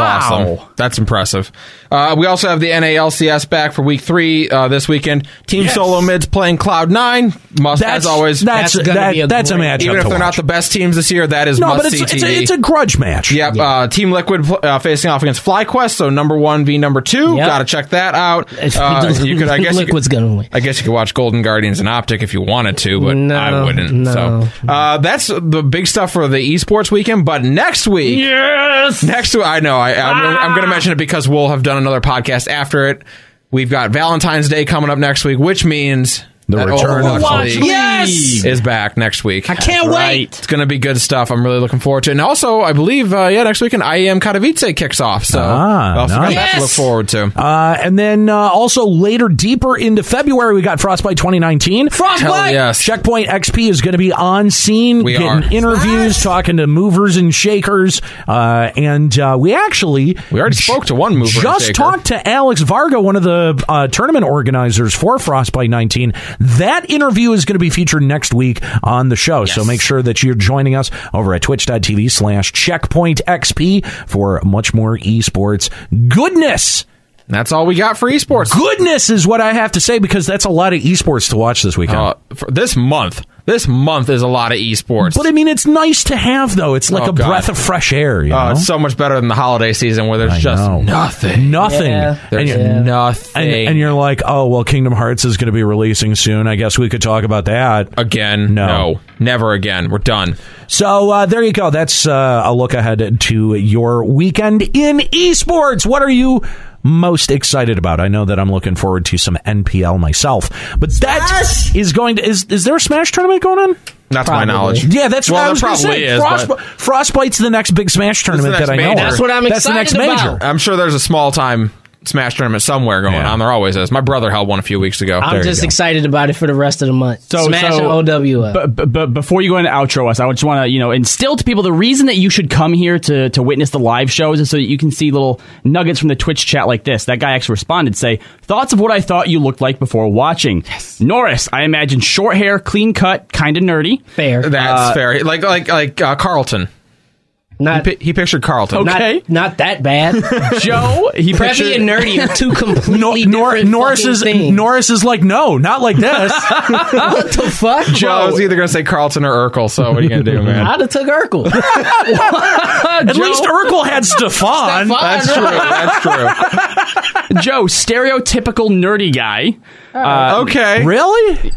[SPEAKER 8] awesome. That's impressive. Uh, we also have the NALCS back for week three uh, this weekend. Team Solo Mids playing Cloud Nine. Must
[SPEAKER 4] That's
[SPEAKER 8] as always.
[SPEAKER 4] That's
[SPEAKER 6] that's
[SPEAKER 4] that's,
[SPEAKER 6] gonna
[SPEAKER 4] that,
[SPEAKER 6] be a
[SPEAKER 4] that's a
[SPEAKER 6] great-
[SPEAKER 4] matchup.
[SPEAKER 8] even if
[SPEAKER 4] to
[SPEAKER 8] they're not
[SPEAKER 4] watch.
[SPEAKER 8] the best teams this year, that is
[SPEAKER 4] no,
[SPEAKER 8] must
[SPEAKER 4] but it's
[SPEAKER 8] see
[SPEAKER 4] it's a,
[SPEAKER 8] TV.
[SPEAKER 4] it's a grudge match.
[SPEAKER 8] Yep, uh, Team Liquid pl- uh, facing off against FlyQuest. So number one v number two.
[SPEAKER 6] Yep.
[SPEAKER 8] Got to check that out. Uh, you could, I guess, you
[SPEAKER 6] Liquid's
[SPEAKER 8] could,
[SPEAKER 6] gonna win.
[SPEAKER 8] I guess you could watch Golden Guardians and Optic if you wanted to, but
[SPEAKER 6] No,
[SPEAKER 8] I wouldn't.
[SPEAKER 6] no.
[SPEAKER 8] So uh, that's the big stuff for the esports weekend. But next week,
[SPEAKER 5] Yes.
[SPEAKER 8] next week, I know I, I'm, gonna- I'm going to mention it because we'll have done another podcast after it. We've got Valentine's Day coming up next week, which means
[SPEAKER 4] The
[SPEAKER 8] that
[SPEAKER 4] return of
[SPEAKER 8] Overwatch
[SPEAKER 4] Overwatch
[SPEAKER 8] League
[SPEAKER 5] Yes.
[SPEAKER 8] is back next week. I
[SPEAKER 6] Can't wait.
[SPEAKER 8] it's going to be good stuff. I'm really looking forward to it. And also, I believe, uh, yeah, next weekend, IEM Katowice kicks off. So,
[SPEAKER 4] Ah,
[SPEAKER 8] also got
[SPEAKER 4] nice.
[SPEAKER 8] that to look forward to.
[SPEAKER 4] Uh, and then uh, also later, deeper into February, we got Frostbite 2019.
[SPEAKER 8] Hell
[SPEAKER 4] Frostbite.
[SPEAKER 8] yes.
[SPEAKER 4] Checkpoint XP is going to be on scene,
[SPEAKER 8] We
[SPEAKER 4] getting
[SPEAKER 8] are.
[SPEAKER 4] interviews, talking to movers and shakers, uh, and uh, we actually
[SPEAKER 8] We already spoke to one mover and
[SPEAKER 4] Just
[SPEAKER 8] shaker.
[SPEAKER 4] talked to Alex Varga, one of the uh, tournament organizers for Frostbite 19. That interview is going to be featured next week on the show, so make sure that you're joining us over at twitch.tv slash checkpoint XP for much more esports goodness
[SPEAKER 8] And that's all we got for esports
[SPEAKER 4] goodness is what I have to say because that's a lot of esports to watch this weekend.
[SPEAKER 8] uh, for this month. This month is a lot of esports.
[SPEAKER 4] but I mean, it's nice to have though. It's like
[SPEAKER 8] Oh,
[SPEAKER 4] a
[SPEAKER 8] God.
[SPEAKER 4] breath of fresh air. You
[SPEAKER 8] Uh,
[SPEAKER 4] know?
[SPEAKER 8] it's so much better than the holiday season where there's
[SPEAKER 4] I
[SPEAKER 8] just
[SPEAKER 4] know.
[SPEAKER 8] nothing.
[SPEAKER 4] nothing.
[SPEAKER 6] Yeah.
[SPEAKER 8] There's
[SPEAKER 4] And you're-
[SPEAKER 8] nothing.
[SPEAKER 4] and, and you're like, oh well, Kingdom Hearts is going to be releasing soon. I guess we could talk about that.
[SPEAKER 8] Uh, again.
[SPEAKER 4] No.
[SPEAKER 8] No. never again. We're done.
[SPEAKER 4] So uh, there you go. That's uh, a look ahead to your weekend in esports. What are you most excited about? I know that I'm looking forward to some NPL myself, but that is going to is is there a Smash tournament going on?
[SPEAKER 8] That's my
[SPEAKER 6] Probably.
[SPEAKER 8] knowledge.
[SPEAKER 4] Yeah, that's
[SPEAKER 8] well,
[SPEAKER 4] what I
[SPEAKER 8] there
[SPEAKER 4] was
[SPEAKER 8] probably
[SPEAKER 4] gonna say.
[SPEAKER 8] is.
[SPEAKER 4] Frost-
[SPEAKER 8] but
[SPEAKER 4] Frostbite's the next big Smash tournament
[SPEAKER 8] next
[SPEAKER 4] that I know.
[SPEAKER 8] major.
[SPEAKER 4] of.
[SPEAKER 8] That's
[SPEAKER 6] what I'm
[SPEAKER 4] That's the next
[SPEAKER 6] excited
[SPEAKER 4] major.
[SPEAKER 6] about.
[SPEAKER 8] I'm sure there's a small time Smash tournament somewhere going
[SPEAKER 4] Yeah.
[SPEAKER 8] on. There always is. My brother held one a few weeks ago.
[SPEAKER 6] I'm just excited about it for the rest of the month.
[SPEAKER 5] So-
[SPEAKER 6] Smash
[SPEAKER 5] so-
[SPEAKER 6] and OWL.
[SPEAKER 5] But, but, but before you go into outro us, I just want to you know instill to people the reason that you should come here to to witness the live shows is so that you can see little nuggets from the Twitch chat like this. That guy actually responded, say thoughts of what I thought you looked like before watching. Norris, I imagine short hair, clean cut, kind of nerdy.
[SPEAKER 6] Fair.
[SPEAKER 8] That's fair. Like like like uh, Carlton. He,
[SPEAKER 6] Not,
[SPEAKER 8] pi- he pictured Carlton.
[SPEAKER 6] not,
[SPEAKER 5] okay.
[SPEAKER 6] not that bad.
[SPEAKER 5] Joe, he
[SPEAKER 6] Preppy
[SPEAKER 5] pictured
[SPEAKER 6] and nerdy are two
[SPEAKER 4] Nor-
[SPEAKER 6] completely
[SPEAKER 4] Nor-
[SPEAKER 6] different
[SPEAKER 4] Norris
[SPEAKER 6] fucking
[SPEAKER 4] is
[SPEAKER 6] things.
[SPEAKER 4] Norris is like, no, not like this.
[SPEAKER 6] what the fuck?
[SPEAKER 8] Joe, I was either going to say Carlton or Urkel, so what are you going to do, man?
[SPEAKER 6] I'd have took Urkel.
[SPEAKER 4] At least Urkel had Stefan.
[SPEAKER 8] That's true. That's true.
[SPEAKER 5] Joe, stereotypical nerdy guy.
[SPEAKER 8] okay.
[SPEAKER 4] Uh, Really?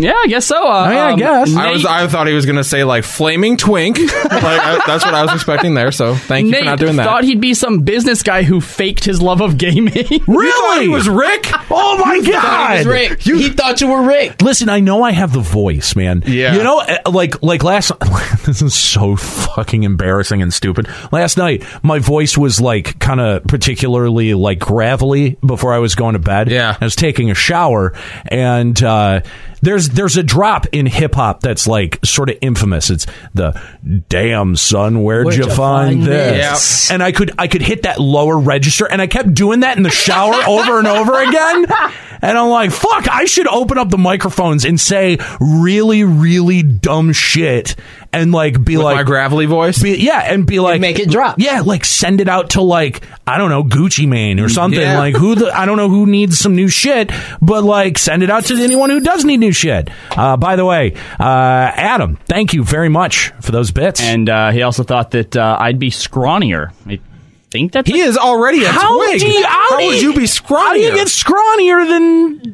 [SPEAKER 5] Yeah, I guess so. Uh,
[SPEAKER 4] yeah, I guess.
[SPEAKER 8] I was. I thought he was going to say like flaming twink. like I, that's what I was expecting there. So thank you
[SPEAKER 5] Nate
[SPEAKER 8] for not doing that.
[SPEAKER 5] thought he'd be some business guy who faked his love of gaming.
[SPEAKER 8] You thought
[SPEAKER 4] Really?
[SPEAKER 8] he was Rick.
[SPEAKER 4] oh my god!
[SPEAKER 6] Rick. he thought you were Rick.
[SPEAKER 4] Listen, I know I have the voice, man.
[SPEAKER 8] Yeah.
[SPEAKER 4] You know, uh, like like last this is so fucking embarrassing and stupid. Last night, my voice was like kind of particularly like gravelly before I was going to bed.
[SPEAKER 8] Yeah.
[SPEAKER 4] I was taking a shower and uh there's there's a drop in hip hop that's like sort of infamous. It's the damn son, where'd,
[SPEAKER 6] Where'd
[SPEAKER 4] you, find, this?
[SPEAKER 8] this?
[SPEAKER 4] And I could I could hit that lower register, and I kept doing that in the shower over and over again. And I'm like, fuck, I should open up the microphones and say really, really dumb shit, and like be like,
[SPEAKER 8] My gravelly voice.
[SPEAKER 4] be- yeah, and be like,
[SPEAKER 6] make it drop.
[SPEAKER 4] Yeah, like send it out to like I don't know Gucci Mane or something.
[SPEAKER 8] Yeah.
[SPEAKER 4] Like who the I don't know who needs some new shit, but like send it out to anyone who does need new shit. Uh, by the way, uh, Adam, thank you very much for those bits.
[SPEAKER 5] and uh, he also thought that uh, I'd be scrawnier. I think that's
[SPEAKER 8] he is already a
[SPEAKER 4] How
[SPEAKER 8] twig.
[SPEAKER 4] do you- how do
[SPEAKER 8] would
[SPEAKER 4] you-
[SPEAKER 8] you be scrawny?
[SPEAKER 4] How do you get scrawnier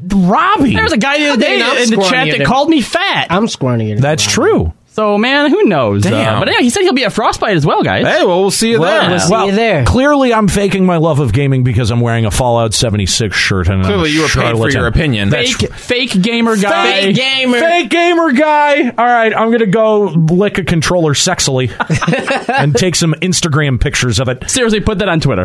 [SPEAKER 4] than Robbie?
[SPEAKER 5] There was a guy the other day
[SPEAKER 6] I'm
[SPEAKER 5] in the chat
[SPEAKER 6] scrawnier
[SPEAKER 5] that
[SPEAKER 6] than-
[SPEAKER 5] called me fat.
[SPEAKER 6] I'm squirting it.
[SPEAKER 4] That's true.
[SPEAKER 5] so man, who knows? Uh,
[SPEAKER 8] Damn.
[SPEAKER 5] but yeah, he said he'll be a frostbite as well, guys.
[SPEAKER 8] Hey, well, we'll see you there.
[SPEAKER 5] Well,
[SPEAKER 6] See you there.
[SPEAKER 4] Clearly, I'm faking my love of gaming because I'm wearing a Fallout 76 shirt. And I'm a
[SPEAKER 8] Clearly, you were paid for
[SPEAKER 4] charlatan.
[SPEAKER 8] your opinion.
[SPEAKER 5] Fake, fake gamer guy.
[SPEAKER 6] Fake gamer.
[SPEAKER 4] Fake gamer guy. All right, I'm gonna go lick a controller sexily and take some Instagram pictures of it.
[SPEAKER 5] Seriously, put that on Twitter.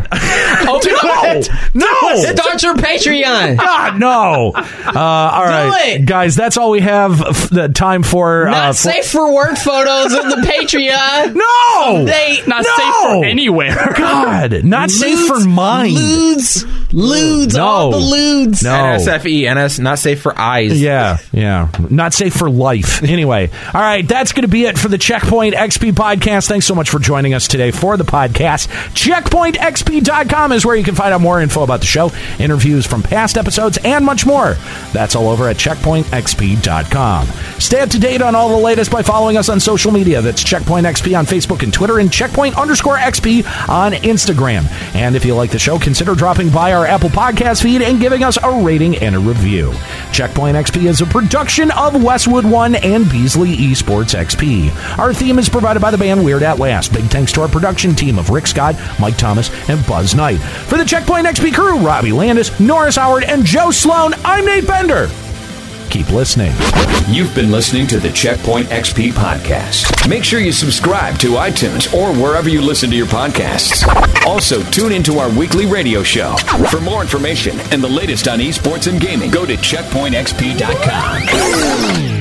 [SPEAKER 6] Open
[SPEAKER 4] Oh, No, no,
[SPEAKER 6] Start your Patreon.
[SPEAKER 4] God, no. Uh, all right,
[SPEAKER 6] it.
[SPEAKER 4] guys, that's all we have f- the time for. uh,
[SPEAKER 6] Not
[SPEAKER 4] for-
[SPEAKER 6] safe for work photos of the Patreon.
[SPEAKER 4] No,
[SPEAKER 6] They
[SPEAKER 5] Not
[SPEAKER 4] No!
[SPEAKER 5] safe for anywhere.
[SPEAKER 4] God, not safe for
[SPEAKER 6] Lewds,
[SPEAKER 4] mine.
[SPEAKER 6] Ludes. Ludes.
[SPEAKER 4] No.
[SPEAKER 6] All the ludes.
[SPEAKER 4] No.
[SPEAKER 8] NSFE, NS, E, not safe for eyes.
[SPEAKER 4] Yeah, yeah. Not safe for life. Anyway, all right, that's going to be it for the Checkpoint XP podcast. Thanks so much for joining us today for the podcast. CheckpointXP.com is where you can find out more info about the show, interviews from past episodes, and much more. That's all over at CheckpointXP.com. Stay up to date on all the latest by following us on social media. That's Checkpoint XP on Facebook and Twitter, and Checkpoint underscore XP on Instagram. And if you like the show, consider dropping by our Apple Podcast feed and giving us a rating and a review. Checkpoint XP is a production of Westwood One and Beasley Esports XP. Our theme is provided by the band Weird At Last. Big thanks to our production team of Rick Scott, Mike Thomas, and Buzz Knight. For the Checkpoint XP crew, Robbie Landis, Norris Howard, and Joe Sloan, I'm Nate Bender. Keep listening.
[SPEAKER 2] You've been listening to the Checkpoint XP podcast. Make sure you subscribe to iTunes or wherever you listen to your podcasts. Also, tune into our weekly radio show. For more information and the latest on esports and gaming, go to checkpointxp.com.